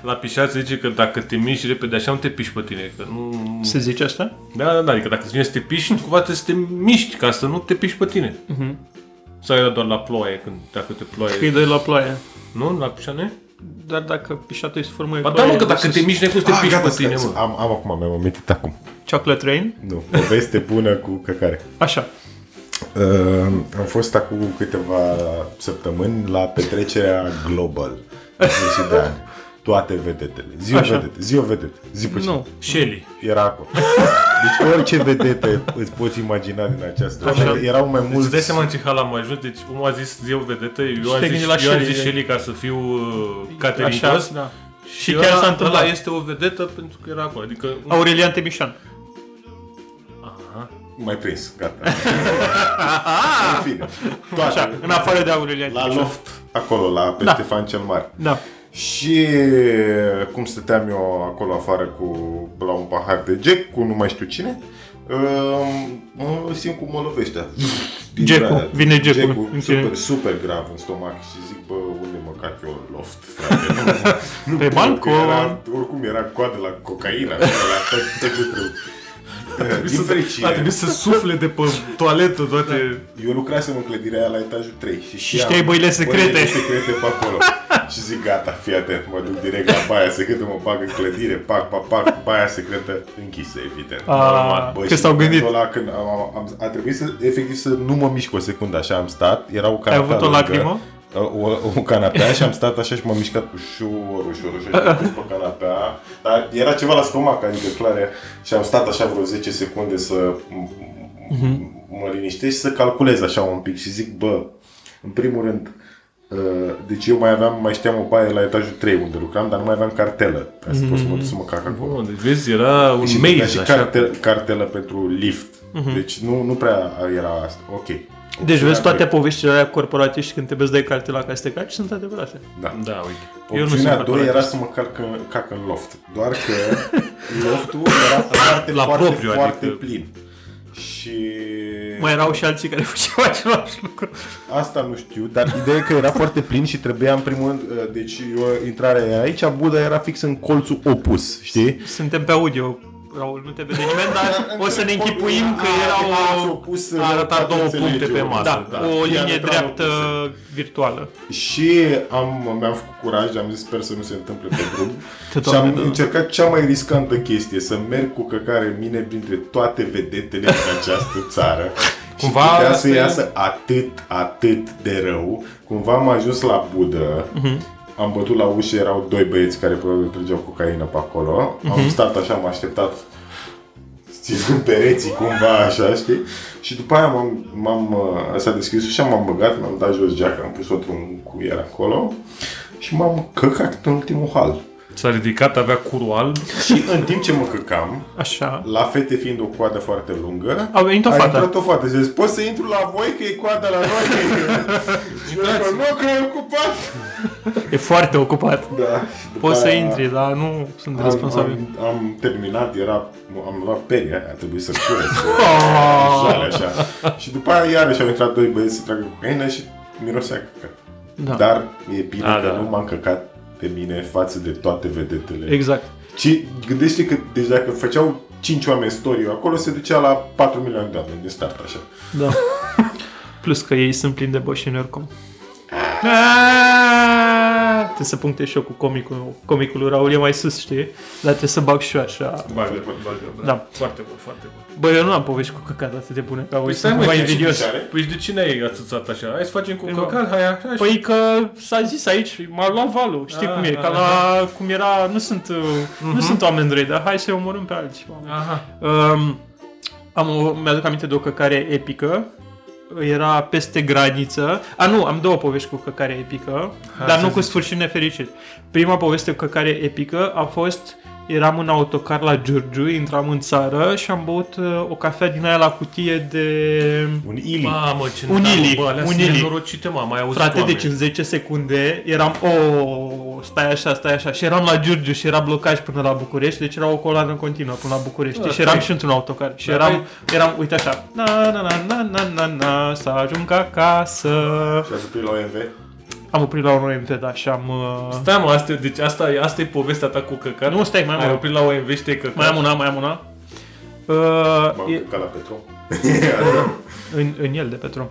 C: La pișat se zice că dacă te miști repede așa, nu te piști pe tine. Că nu...
B: Se zice asta?
C: Da, da, da, adică dacă vine să te piști, tu cumva trebuie să te miști ca să nu te piști pe tine. Sau era doar la ploaie, când, dacă te ploaie.
B: Că îi dai la ploaie.
C: Nu? La pișat nu e?
B: Dar dacă pișatul este formă
C: Ba da, mă, că dacă te miști, nu te
D: Ah,
C: piști
D: gata,
C: pe
D: stai,
C: tine, mă.
D: am, am acum, mi-am amintit acum.
B: Chocolate Rain?
D: Nu, o veste bună cu căcare.
B: Așa.
D: Uh, am fost acum câteva săptămâni la petrecerea Global. la sfârșit de an. Toate vedetele. Ziua
B: Așa.
D: vedete, ziua vedete, zi pe
B: Nu.
C: Shelly.
D: era acolo. Deci orice vedete îți poți imagina din această.
B: Așa.
D: Erau mai
C: Deci Îți dai
D: mulți
C: seama în ce hal am ajuns? Deci omul a zis, eu vedete, eu am
B: te
C: zis,
B: gândi la
C: eu am
B: Shelly.
C: zis Shelly ca să fiu uh, catericos.
B: Așa, da.
C: Și,
B: chiar
C: ăla-
B: s-a întâmplat.
C: Ăla este o vedetă pentru că era acolo. Adică
B: Aurelian Temișan.
D: mai prins, gata. În fine.
B: Așa,
D: Toate.
B: în afară de Aurelian
D: Da, La
B: Temișan.
D: loft, acolo, la pe
B: Da.
D: Ștefan cel Mare.
B: Da.
D: Și cum stăteam eu acolo afară cu la un pahar de Jack cu nu mai știu cine, um, mă simt cum mă lovește. Din
B: Jack-ul,
D: grada.
B: vine Jack-ul în tine.
D: super, super grav în stomac și zic, bă, unde mă cac eu în loft, frate? Nu, nu
B: Pe
D: pot, că
B: balcon.
D: Era, oricum era coadă la cocaină, la tot, tot ce trebuie. Din
C: A
D: fericire,
C: trebuit să sufle de pe toaletă toate...
D: eu lucrasem în clădirea aia la etajul 3 și, și
B: știai băile secrete.
D: Băile secrete pe acolo. și zic, gata, fii atent, mă duc direct la baia secretă, mă bag în clădire, pac, pac, pac, baia secretă închisă, evident.
B: A,
D: Normal.
B: că
D: și
B: s-au
D: în
B: gândit.
D: momentul Ăla, când am, am, am, a trebuit să, efectiv, să nu mă mișc o secundă, așa am stat, era o canapea
B: avut o
D: lângă,
B: lacrimă?
D: O, o, canapea și am stat așa și m-am mișcat ușor, ușor, ușor, și am pus pe canapea. Dar era ceva la stomac, adică clare. Și am stat așa vreo 10 secunde să mă liniștesc și să calculez așa un pic și zic, bă, în primul rând, uh, deci eu mai aveam, mai știam o baie la etajul 3 unde lucram, dar nu mai aveam cartelă ca să pot să mă duc să mă cac acolo.
B: Mm-hmm.
C: Bun, deci vezi, era un
D: Și
C: maze
D: avea și
C: așa.
D: cartelă, cartelă pentru lift. Deci nu, nu prea era asta. Ok.
B: Mm-hmm. Deci vezi
D: Opțiunea
B: toate poveștile alea corporatiste când trebuie să dai cartela ca să te caci sunt adevărate.
D: Da.
C: Da, uite.
B: Eu nu
D: Opțiunea
B: sunt
D: 2 era
B: corporatist.
D: să mă calc în, cac în loft. Doar că loftul era foarte,
C: La
D: foarte,
C: propriu,
D: foarte
C: adică-
D: plin. Și
B: Mai erau și alții care făceau același lucru.
D: asta nu știu, dar ideea e că era foarte plin și trebuia în primul rând, uh, deci eu, intrarea era aici, Buda era fix în colțul opus, știi?
B: Suntem pe audio, Raul, nu te vede nimeni, dar o să ne închipuim că era o...
D: opus,
C: a arătat două puncte pe masă.
B: Da,
C: Da,
B: o linie
D: diametral
B: dreaptă
D: opuse.
B: virtuală.
D: Și am, mi-am făcut curaj, am zis sper să nu se întâmple pe drum.
B: Te
D: și am
B: doamne, da.
D: încercat cea mai riscantă chestie, să merg cu căcare în mine printre toate vedetele din această țară.
C: Cumva
D: și putea
C: asta
D: să
C: e-
D: iasă atât, atât de rău. Cumva am ajuns la Budă, am bătut la ușă, erau doi băieți care probabil trăgeau cocaină pe acolo. Am stat așa, am așteptat ținând pereții cumva așa, știi? Și după aia m-am, m-am uh, s-a deschis ușa, m-am băgat, mi-am dat jos geaca, am pus-o într-un cuier acolo și m-am căcat în ultimul hal.
C: S-a ridicat, avea curul alb.
D: Și în timp ce mă căcam,
B: Așa.
D: la fete fiind o coadă foarte lungă,
B: A venit o
D: a
B: fată.
D: intrat o fată. Zis, poți să intru la voi că e coada la noi? Că e... Și eu zic, nu, că e ocupat.
B: E foarte ocupat.
D: Da, și după
B: Poți să
D: aia
B: intri, dar nu sunt
D: Am,
B: responsabil.
D: am, am, terminat, era, am luat peria aia, a trebuit să curăț.
B: Oh!
D: jale, așa. Și după aia iarăși au intrat doi băieți să tragă cocaină și mirosea căcat.
B: Da.
D: Dar e bine
C: Ah,
E: A,
D: că
E: da.
D: nu m-am căcat pe mine față de toate vedetele.
B: Exact.
D: Ci gândește că deci dacă făceau 5 oameni story acolo, se ducea la 4 milioane de oameni de start, așa.
B: Da. Plus că ei sunt plini de bășini oricum. Trebuie să punctez și eu cu comicul, comicul lui Raul e mai sus, știi? Dar trebuie să bag și eu așa.
C: Bagă, bagă, bagă.
B: Da.
C: Foarte bun, foarte bun.
B: Bă, eu nu am povești cu căcat atât de bune ca voi.
C: Păi stai,
B: Sunt
C: mă,
B: cumva
C: ce
B: invidios.
D: Care?
C: Păi și de cine ai atâțat așa? Hai să facem cu
B: Păi,
C: căcat, hai așa și...
B: Păi că s-a zis aici, m-a luat valul, știi
C: Ah,
B: cum e, ca
C: ah,
B: la cum era, nu sunt, uh,
C: Mhm.
B: nu sunt oameni răi, dar hai să-i omorâm pe alții. oameni.
C: Aha.
B: Um, am o, mi-aduc aminte de o căcare epică. Era peste graniță. A, nu, am două povești cu căcare epică,
C: Hai
B: dar
C: să
B: nu cu
C: zicem.
B: sfârșit nefericit. Prima poveste cu căcare epică a fost eram în autocar la Giurgiu, intram în țară și am băut uh, o cafea din aia la cutie de
D: Un ili.
C: Mamă, ce
B: Un ili,
C: bă, alea
B: un
C: sunt
B: ili.
C: nenorocite, mă, am mai auzit
B: frate,
C: oameni.
B: deci în 10 secunde eram, o, stai așa, stai așa, și eram la Giurgiu și era blocaj până la București, deci era o coloană continuă până la București
C: Da,
B: și eram
C: stai.
B: și într-un autocar și
C: Da,
B: eram, eram, uite așa, na, na, na, na, na, na, na, să ajung acasă.
D: Și a suprit la OMV.
B: Am oprit la un OMV, da, și am... uh,
C: Stai, mă, asta, e- deci asta, e- asta e povestea ta cu căcat?
B: Nu, stai, mai am
C: Ai
B: una,
C: oprit la OMV și te-ai căcat?
B: mai am una, mai am una. Uh, e-
D: M-am căcat la petrol.
B: în, în el de pe drum.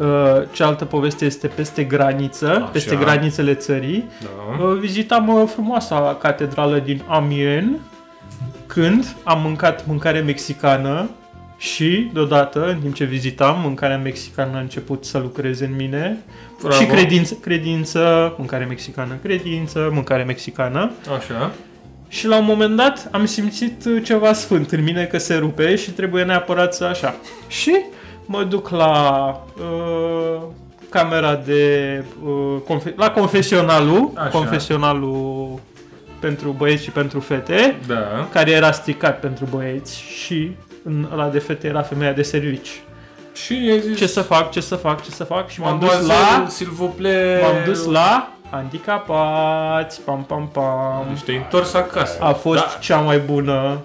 B: Uh, cealaltă poveste este peste graniță, Așa. peste granițele țării.
C: Da.
B: Uh, vizitam uh, frumoasa catedrală din Amiens când am mâncat mâncare mexicană și, deodată, în timp ce vizitam, mâncarea mexicană a început să lucreze în mine.
C: Bravo.
B: Și credință, credință, mâncare mexicană, credință, mâncare mexicană.
C: Așa.
B: Și la un moment dat am simțit uh, ceva sfânt în mine că se rupe și trebuie neapărat să așa. Și mă duc la uh, camera de... Uh, confe- la confesionalul,
C: Așa.
B: confesionalul pentru băieți și pentru fete,
C: Da.
B: care era stricat pentru băieți și în, la de fete era femeia de servici.
C: Și ai zis...
B: Ce să fac, ce să fac, ce să fac și m-am dus
C: Mademoiselle,
B: la...
C: s'il vous plaît.
B: M-am dus la handicapați, pam pam pam.
C: Deci te-ai întors acasă.
B: A fost
C: Da.
B: da. cea mai bună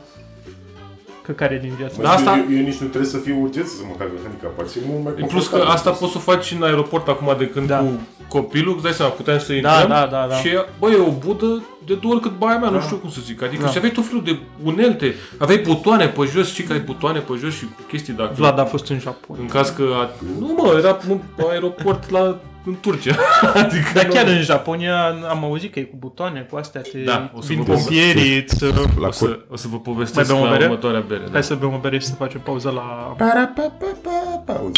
B: căcare din viață.
D: Mă,
C: Da, asta-
D: eu, eu, nici nu trebuie să fiu urgent să mă cacă handicapat. Și mult mai
C: În plus că
D: confortabil.
C: asta poți să o faci și în aeroport acum de când
B: Da.
C: cu copilul, îți dai seama, puteam să
B: Da,
C: intrăm
B: da, da, da.
C: și bă, e o budă de două ori cât baia mea, nu știu cum să zic. Adică
B: Da.
C: și aveai tot felul de unelte, aveai butoane pe jos, știi că ai butoane pe jos și chestii dacă...
B: Vlad a fost în Japonia.
C: În caz că... A... Nu mă, era în aeroport la... în Turcia. adică
B: Dar chiar
C: nu...
B: în Japonia am auzit că e cu butoane, cu astea te
C: Da, o să
B: vin
C: vă povestesc.
B: pompierii, îți...
D: La
C: O
D: cur...
C: să, o să vă povestesc
B: Mai
C: la
B: bem o bere?
C: următoarea bere. Da.
B: Hai să bem o bere și să facem pauză la...
D: Para, pa, pa, pa, pauză.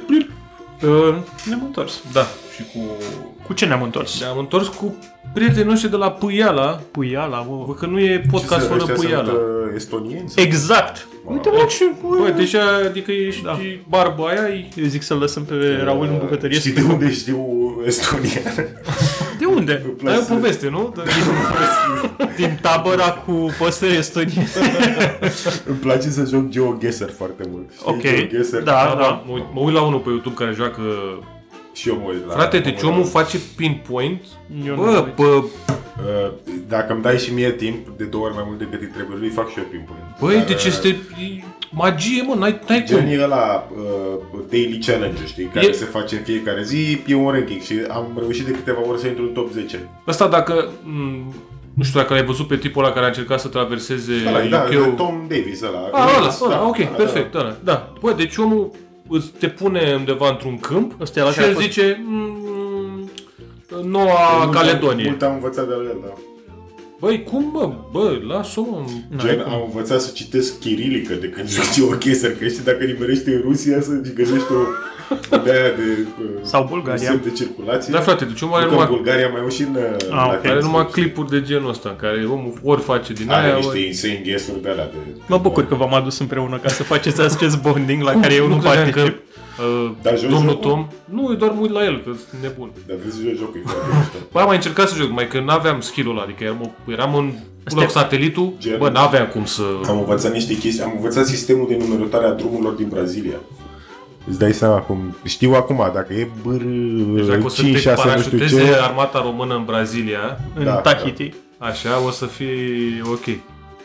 B: Uh, ne-am întors.
C: da, și cu...
B: Cu ce ne-am întors? Da.
C: Ne-am întors cu prietenii noștri de la Pâiala,
B: Puiala, mă.
C: Bă, că nu e
D: Ce
C: podcast
D: să-
C: fără
D: ăștia
C: Pâiala.
D: sunt, uh, estonieni? sau-
B: Exact! Uite mă ce...
C: Bă,
B: Bă, deci...
C: deja, adică ești
B: Da.
C: da. barba aia, e...
B: Eu zic să-l lăsăm pe Raul în bucătărie.
D: Știi
B: să-
D: de unde știu Estonia?
B: De unde?
C: Ai o poveste, nu? Da.
B: Din tabăra cu păsări estoniene.
D: Îmi place să joc GeoGuessr foarte mult. Știi?
B: Ok,
D: GeoGuessr?
B: da,
C: Da, da.
B: da.
C: Mă, uit- mă uit la unul pe YouTube care joacă...
D: Și eu Da, mă uit la...
C: Frate, deci omul face pinpoint.
B: Eu nu mă
C: Bă,
B: uit.
C: bă,
D: Uh, Dacă îmi dai și mie timp, de două ori mai mult decât îi trebuie lui, fac și eu pinpoint.
C: băi,
D: Dar,
C: deci
D: uh,
C: este e magie, mă, n-ai, n-ai cum.
D: Genii ăla, uh, daily challenge, știi, care
C: E-
D: se face în fiecare zi, e un ranking și am reușit de câteva ori să intru în top 10.
C: Ăsta dacă... m, nu știu dacă l-ai văzut pe tipul ăla care a încercat să traverseze
D: Ăla, da,
C: UK-ul.
D: Tom Davis ăla.
C: A, ăla,
D: Da,
C: ăla, ok,
D: da,
C: perfect, ăla, da. Bă, deci omul îți te pune undeva într-un câmp
B: Ăsta e la
C: și
B: care a
C: el
B: fost-
C: zice "Mm, Noua
D: Mult am-
C: Caledonie.
D: Mult am învățat de la el, da.
C: Băi, cum bă? Bă, lasă mă.
D: Gen, am învățat să citesc chirilică de când joci o chestie, că știi, dacă liberești în Rusia să găsești o de aia de... uh,
B: Sau Bulgaria.
D: un semn de circulație.
C: Da, frate, deci omul are
D: Ducă în
C: numai,
D: Bulgaria mai au și în uh,
B: Ah, ok.
C: are
D: latină,
C: numai
D: știi?
C: clipuri de genul ăsta, în care omul ori face din
D: Are
C: aia,
D: niște
C: ori...
D: insane guess-uri de alea de...
B: Mă bucur că v-am adus împreună ca să faceți acest bonding la care eu nu
C: credeam
B: particip.
C: Că, uh,
D: Dar joci
C: domnul
D: jocul?
C: Tom. Nu, eu doar mă uit la el, că sunt nebun.
D: Dar trebuie să joci jocul, e foarte mișto.
C: Bă, am mai încercat să joc, mai că n-aveam skill-ul ăla, adică eram, eram în pula
B: Step.
C: cu satelitul,
D: Gen.
C: bă, n-aveam cum să...
D: Am învățat niște chestii, am învățat sistemul de numerotare a drumurilor din Brazilia. Îți dai seama cum... Știu acum, dacă e br...
C: Deci dacă o să
D: 5,
C: te
D: 6, nu știu
C: parașuteze
D: ce...
C: armata română în Brazilia,
B: În
D: Da,
B: Tahiti.
C: Așa, o să fie ok.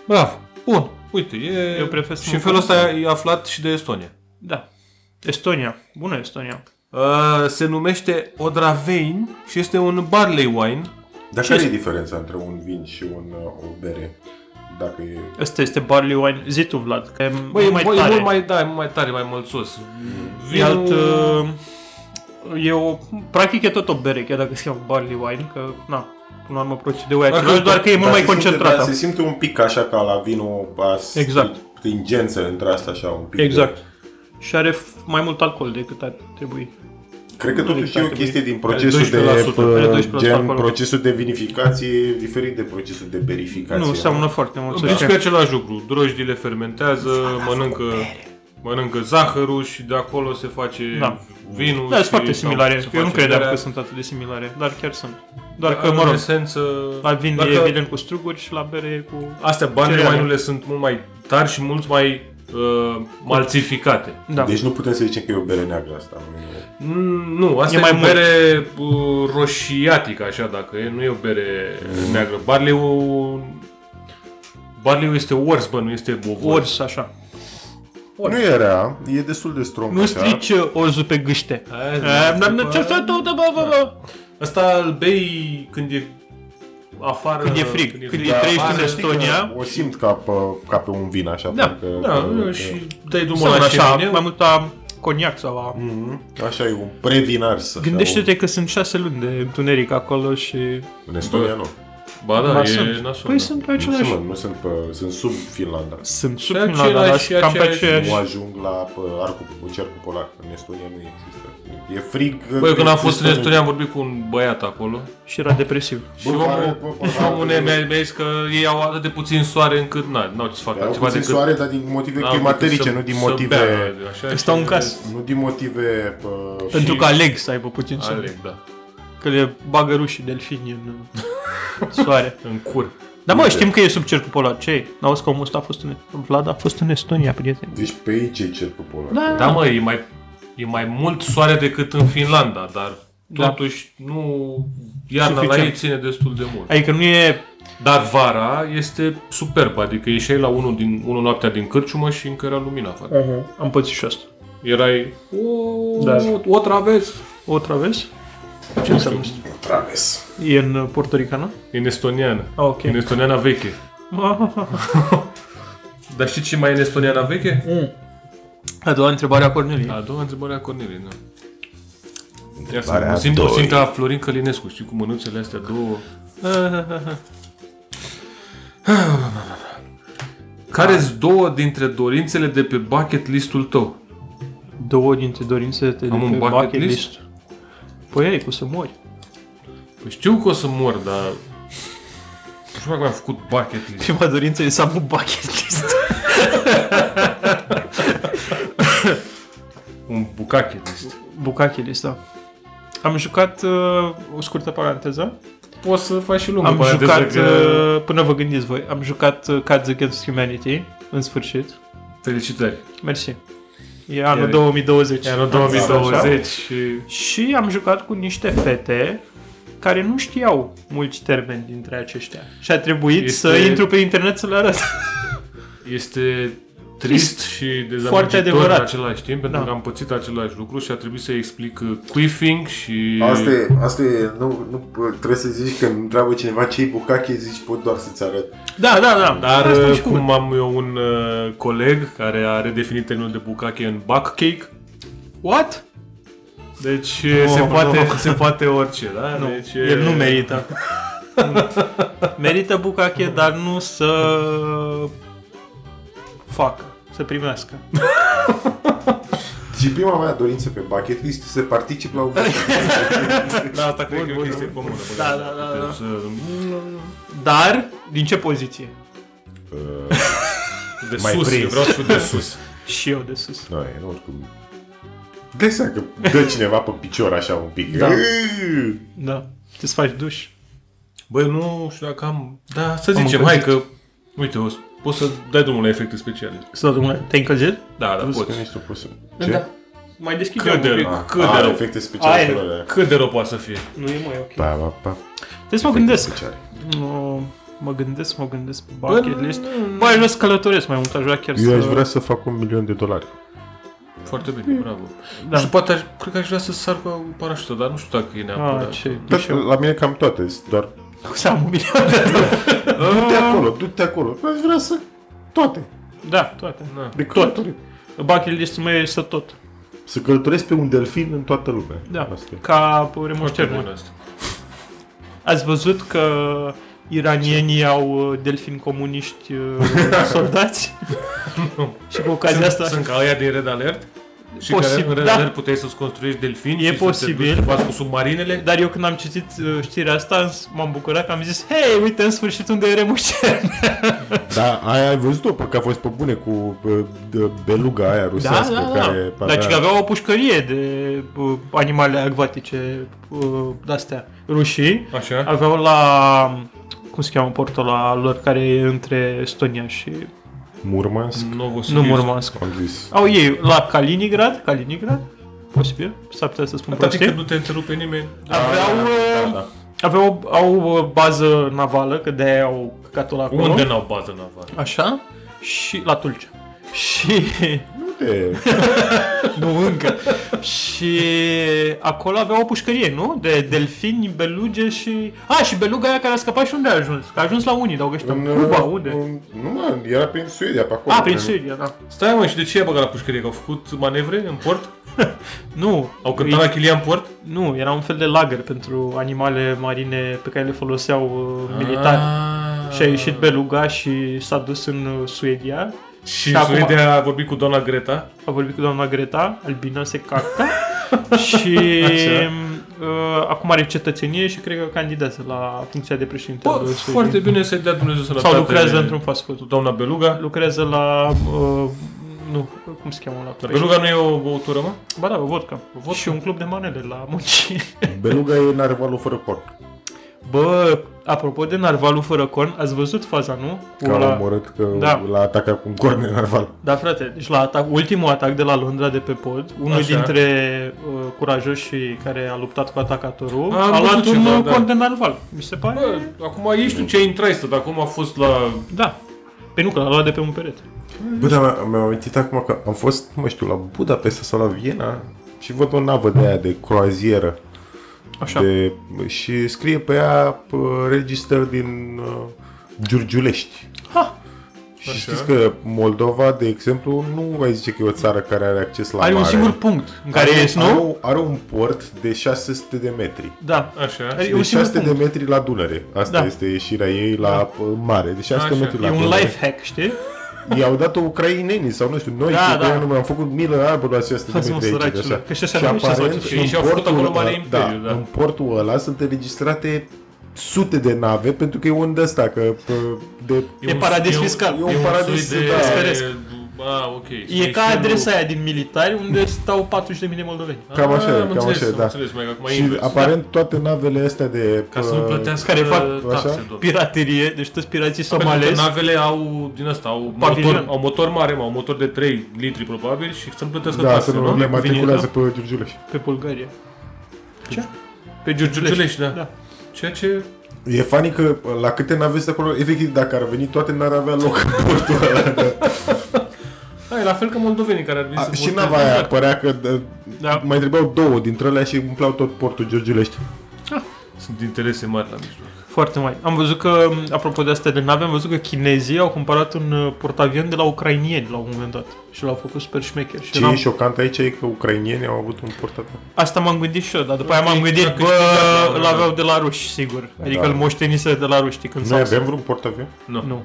C: Bravo. Bun. Uite, e...
B: Eu prefer să
C: și
B: mă
C: în felul
B: folosesc.
C: ăsta ai aflat și de Estonia.
B: Da. Estonia. Bună Estonia.
C: Uh, se numește Odravein și este un barley wine.
D: Dar care e diferența între un vin și un, uh, o bere? Dacă e...
B: Asta este barley wine. Zi tu, Vlad, că e
C: Bă, e,
B: mai
C: bă,
B: tare.
C: e mult mai, da, e mult mai tare, mai mălțos.
B: E alt... uh, E o, practic e tot o bere, chiar dacă se cheamă barley wine, că, na, până la urmă procedeul e
C: Dacă-
B: același, doar că e mult
D: Dar
B: mai
D: se simte- dar
B: concentrat.
D: Se simte un pic așa ca la vinul... A
B: Exact.
D: Stringență între asta așa un pic.
B: Exact. Și are f- mai mult alcool decât ar trebui.
D: Cred că totuși e o
B: Adică
D: chestie din procesul de,
C: 12%,
B: are
D: pă,
B: 12%
D: gen,
B: acolo.
D: procesul de vinificație e diferit de procesul de berificație.
B: nu, seamănă foarte mult. să
C: Deci
B: știi.
C: pe același lucru. Drojdile fermentează, mănâncă, mănâncă zahărul și de acolo se face
B: Da.
C: vinul.
B: Da, sunt
C: și-
B: foarte
C: sau
B: similare.
C: se
B: Eu nu
C: face
B: credeam
C: berea.
B: că sunt atât de similare, dar chiar sunt. Doar că,
C: În
B: mă rog,
C: esență,
B: la vin
C: dacă-
B: e evident cu struguri și la bere e cu...
C: Astea, barley
B: Cereale.
C: wine-urile sunt mult mai tari și mult mai uh, malțificate.
B: Da.
D: Deci nu putem să zicem că e o bere neagră asta. nu e-
C: Mm, Nu, asta
B: E
C: e,
B: mai
C: mai o
B: mult.
C: bere uh, roșiatică, așa, dacă e, nu e o bere
B: Mm.
C: neagră. Barley-ul, barley este ors, bă, nu este bovor.
B: Ors, așa.
D: Nu e rea, e destul de strong.
B: Nu
D: așa.
B: strici uh, orzul pe gâște.
C: Aia Da. zi,
B: Eh, Dar
C: da, după-
B: ce să bă, bă, bă.
C: Asta îl bei când e afară.
B: Când e frig, când e
D: Da,
B: 30
D: asta
B: în
D: știi că
B: Estonia.
D: O simt ca pe, ca pe un vin așa.
B: Da,
D: pentru că,
C: Da,
D: că-
C: și dai drumul
B: Seamănă
C: la
B: așa,
C: șemineu.
B: mai mult a coniac sau a...
D: Mhm. Așa e un previnar să
B: Gândește-te că sunt șase luni de întuneric acolo și...
D: În Estonia nu.
C: Ba da,
B: Ba,
C: e
B: sunt.
C: nasol.
B: Păi
C: da.
B: sunt pe
D: Nu sunt,
B: același...
D: mă, nu sunt, pe, sunt sub Finlanda.
B: Sunt sub
C: Și
B: Finlanda, dar
C: același-
B: sunt cam pe
C: același-
B: aceeași...
D: Nu ajung la pe, arcul, pe cercul polar. În Estonia nu există. E frig.
C: Băi, eu când am fost în Estonia am vorbit cu un băiat acolo
B: Și era depresiv.
C: și
D: Bă,
C: omul,
D: pare- bă, pare-
C: și omul ne- mi-a mi-a zis că ei au atât de puțin soare încât n-au n-au ce să facă
D: Au
C: altceva
D: puțin
C: decât
D: soare, dar din motive
C: n-au
D: climaterice,
C: decât să-
D: nu din
C: să
D: motive...
C: bea, așa, și-
B: Stau în casă.
D: Nu din motive... uh, Pă,
B: Pentru că aleg să aibă puțin soare.
C: Aleg, da.
B: Că le bagă rușii delfini în uh, soare.
C: În cur.
B: Dar mă, știm că e sub cercul polar. Ce e? N-auzi că omul ăsta a fost în... Vlad a fost în Estonia, prieteni.
D: deci pe aici e cercul polar.
B: Da,
C: Da, mă, e mai, e mai mult soare decât în Finlanda, dar
B: Da.
C: totuși nu... Iarna la
B: Suficient.
C: ei ține destul de mult.
B: Adică nu e...
C: Dar vara este superb, adică ieșeai la unul din, unul noaptea din cârciumă și încă era lumina afară.
B: Am pățit și asta.
C: Erai... O, da. o travez.
B: O traves? Ce înseamnă asta?
D: Traves.
B: E în uh, portoricană?
C: În estoniană.
B: Ah, ok.
C: În estoniana veche. Dar știi ce mai e în estoniana veche?
B: A doua întrebare a Cornelie.
C: A doua întrebare a Corneliei, da. Ia să
D: Întrebarea
C: mă simt, mă
D: doi.
C: simt ca Florin Călinescu, știi, cu mânuțele astea două. care sunt două dintre dorințele de pe bucket listul tău?
B: Două dintre dorințele de
C: Am
B: de
C: un
B: pe
C: bucket list?
B: Păi ai, cu să mori.
C: Păi știu că o să mor, dar... Nu știu dacă am făcut bucket list.
B: Prima dorință e să am un bucket list.
C: Un bucachet list.
B: Bucket list, da. Am jucat, uh, o scurtă paranteză,
C: Poți să faci și lungă
B: am
C: paranteză
B: jucat,
C: că...
B: uh, până vă gândiți voi, am jucat uh, Cards Against Humanity, în sfârșit.
C: Felicitări.
B: Mersi. E anul
C: E-
B: 2020.
C: E anul
B: Așa.
C: 2020 și...
B: Și am jucat cu niște fete care nu știau mulți termeni dintre aceștia. Și a trebuit
C: Este-
B: să intru pe internet să le arăt.
C: Este trist și dezamăgitor
B: Foarte adevărat.
C: în același timp, pentru
B: Da.
C: că am pățit același lucru și a trebuit să explic uh, quiffing și...
D: Asta e, asta e nu, nu, pă, trebuie să zici că întreabă cineva ce e bucache, zici pot doar să-ți arăt.
B: Da, da, da.
C: Dar
B: Asta am
C: uh,
B: și
C: cum am eu un uh, coleg care a redefinit termenul de bucache în buckcake,
B: What?
C: deci uh,
B: Nu,
C: se,
B: nu.
C: poate, se poate orice, da?
B: Oh, Nu,
C: deci,
B: el
C: uh,
B: nu merită. merită bucache, dar nu să facă, să primească.
D: Și prima mea dorință pe bucket list este să particip la un
C: Da, asta cred că e o chestie comună.
B: Da, da, da, da.
C: Putem să- um,
B: Dar, din ce poziție?
C: De
D: Mai
C: sus,
D: prins.
C: eu vreau să fiu de sus.
B: Și eu de sus.
D: Nu, e, nu, oricum. Da, Dai seama că dă cineva pe picior așa un pic.
C: Da.
B: Da. Ce-ți faci duș?
C: Băi, nu știu dacă am... Da, să
B: Am
C: zicem, hai că...
B: încălzit.
C: Uite, o, poți să dai drumul la efecte speciale.
B: Să domnule, te-ai încălzit?
C: Da, da, poți.
D: Poți. Ce?
B: Da. Mai deschid
C: Cât de
B: eu un
C: rău,
B: pic.
C: cât
D: Ah,
C: de rău,
D: efecte speciale.
B: Aer.
D: pe alea.
C: cât de rău poate să fie.
B: Nu e mai ok.
D: Pa, pa, pa.
B: Trebuie să mă
D: Efecte
B: gândesc.
D: speciale.
B: Nu, mă gândesc, mă gândesc pe bucket
C: Bă,
B: list. Bă, aș vrea să călătoresc mai mult, aș vrea chiar să...
D: Eu aș vrea să fac un milion de dolari.
C: Foarte bine, bravo.
B: Da.
C: Da. Și poate, aș, cred că aș vrea să sar cu parașută, dar nu știu dacă e neapărat.
B: Ah, ce
D: Dar
B: duș eu.
D: la mine cam toate, sunt doar
B: Să am un milion de
D: Du-te acolo, du-te acolo. Aș vrea să... Toate.
B: Da, toate.
C: Da.
D: De
B: Tot.
D: călătorit.
B: Bucket list-ul meu este tot.
D: Să călătoresc pe un delfin în toată lumea.
B: Da,
D: Asta e.
B: ca pe Remus
C: Foarte
B: Cernă.
C: bun asta.
B: Ați văzut că iranienii au uh, delfini comuniști uh, soldați? și cu ocazia
C: Sunt,
B: asta
C: sunt ca aia din Red Alert? Și
B: Posibil,
C: care în Red
B: da.
C: Alert puteai să-ți construiești delfini
B: E
C: și
B: posibil. Da.
C: să te duci să bați cu submarinele?
B: Dar eu când am citit uh, știrea asta am s- m-am bucurat că am zis Hei, uite în sfârșit unde e Remus Cernă."
D: Da, aia ai văzut-o, pe că a fost pe bune cu uh, de- beluga aia rusească care...
B: Da, Dar ci că aveau o pușcărie de uh, animale acvatice uh, de-astea rușii.
C: Așa?
B: Aveau la, cum se cheamă portul la lor care e între Estonia și
D: Murmansk,
B: nu
C: Novosibirsk.
B: Murmansk.
D: am zis.
B: Au ei la Kaliningrad, Kaliningrad, posibil, s-ar putea să spun
C: Tati că
B: prostii.
C: nu te întrerupe nimeni.
B: Aveau,
D: Da,
B: uh,
D: da.
B: aveau, au o bază navală, că de-aia au căcatul acolo.
C: Unde n-au bază navală?
B: Așa? Și la Tulcea. Și
D: Uite,
B: nu încă. și acolo avea o pușcărie, nu? De delfini, beluge și... A, și beluga aia care a scăpat și unde a ajuns? Că a ajuns la unii, dar au găsit în Cuba, unde?
D: în- nu mă, era prin Suedia, pe acolo.
B: A, prin Siria, da.
C: Stai mă, și de ce i-a băgat la pușcărie? Că au făcut manevre în port?
B: Nu,
C: Au cântat la Chilia în port?
B: nu, era un fel de lagăr pentru animale marine pe care le foloseau uh, militari.
C: Ah.
B: Și a ieșit beluga și s-a dus în uh, Suedia.
C: Și,
B: Și
C: în
B: acum-
C: Suedia a vorbit cu doamna Greta.
B: A vorbit cu doamna Greta, albina se cacta. și
C: Așa.
B: uh, acum are cetățenie și cred că candidează la funcția de președinte. al
C: Bă,
B: Suediei.
C: foarte bine să-i dea Dumnezeu sănătate.
B: Sau lucrează într-un fast food.
C: Doamna Beluga.
B: Lucrează la... Uh, nu, cum se cheamă la
C: Dar
B: pește?
C: Beluga nu e o băutură, mă?
B: Ba da, o vodka.
C: vodka.
B: Și un club de manele la munci.
D: Beluga e narvalul fără corp.
B: Bă, apropo de narvalul fără corn, ați văzut faza, nu? Cu
D: Că l-a
B: la...
D: omorât, că
B: Da.
D: l-a atacat cu un corn de narval.
B: Da, frate, deci la atac, ultimul atac de la Londra de pe pod, unul
C: Așa.
B: dintre uh, curajoșii care a luptat cu atacatorul,
C: Am
B: a
C: văzut
B: luat un
C: ceva,
B: uh,
C: da.
B: corn de narval. Mi se pare...
C: Bă, acum ești tu ce intrai să, dar acum a fost la...
B: Da. Pe nu, că l-a luat de pe un perete.
D: Bă, dar mi-am- mi-am amintit acum că am fost, nu mai știu, la Budapesta sau la Viena și văd o navă de aia de croazieră
B: Așa. De...
D: de, și scrie pe ea pă, register din uh, Giurgiulești.
B: Ha!
D: Și
C: Așa.
D: știți că Moldova, de exemplu, nu ai zice că e o țară care are acces la
B: Are
D: Păi mare.
B: un singur punct în care
D: Are-
B: ești,
D: Are,
B: nu?
D: un- are un port de 600 de metri.
B: Da.
C: Așa.
B: Ai- E
D: E
B: un
D: de
B: singur
D: 600 de
B: punct.
D: metri la Dunăre. Asta
B: Da.
D: este ieșirea ei la pă, mare. De 600
C: Așa.
D: de metri la
B: E un
D: Dunăre.
B: life hack, știi?
D: I-au dat-o ucrainenii sau nu știu, noi
B: Da,
D: da,
B: da.
D: cu da. am făcut milă albă la aceste
B: Hai să mă,
D: de
B: săracilor,
D: așa.
B: că și așa nu știu să faci. Și
D: în
C: ei și-au făcut
D: portul
C: acolo mare
D: ăla-
C: imperiu, da.
D: În portul ăla sunt înregistrate sute de nave pentru că e un de ăsta, că pă, de...
B: E paradis fiscal.
D: E un paradis,
C: soi de...
D: da.
B: fiscalesc.
C: Ah, ok.
B: E ca adresa aia din militari unde stau 40.000 de moldoveni.
D: Cam așa e,
C: Ah, am
D: cam
C: înțeles,
D: așa e,
C: am
D: da.
C: înțeles, mai acum
D: Și
C: invers.
D: aparent toate navele astea de...
C: Ca să nu
D: pă,
C: plătească
B: care
C: care
B: fac-
C: fac taxe,
D: așa?
C: doar.
B: Piraterie, deci toți pirații
C: Pentru că
B: somalezi.
C: navele au din asta, au
B: Pavilion.
C: motor, au motor mare, mă, au motor de 3 litri probabil și să nu plătească
D: Da,
C: taxe,
D: să nu le
C: nu?
D: matriculează pe Giurgiuleș.
B: Pe Bulgaria.
C: Ce?
B: Pe Giurgiulești.
C: Giurgiulești, da.
B: Da.
C: Ceea ce...
D: E funny că pă, la câte nave sunt acolo, efectiv, dacă ar veni toate, n-ar avea loc în portul ăla.
C: Da, e la fel ca moldovenii care ar veni
D: A,
C: să
D: și
C: voteze.
D: nava aia părea că da,
B: Da.
D: mai trebuiau două dintre alea și umpleau tot portul Giurgiulești.
C: Sunt interese mari la mijloc.
B: Foarte mari. Am văzut că, apropo de astea de nave, am văzut că chinezii au cumpărat un uh, portavion de la ucrainieni la un moment dat. Și l-au făcut super șmecher. Și
D: Ce e
B: eram...
D: șocant aici e că ucrainienii au avut un portavion.
B: Asta m-am gândit și eu, dar după aia
C: Dacă
B: m-am
C: e-
B: gândit,
C: dacă e câștigat
B: bă,
C: la un
B: îl
C: moment
B: aveau de la ruși, sigur. Adică
D: da.
B: îl moștenise de la ruși, știi, când
D: Noi
B: s-au-
D: avem vreun portavion?
C: Nu,
B: Nu,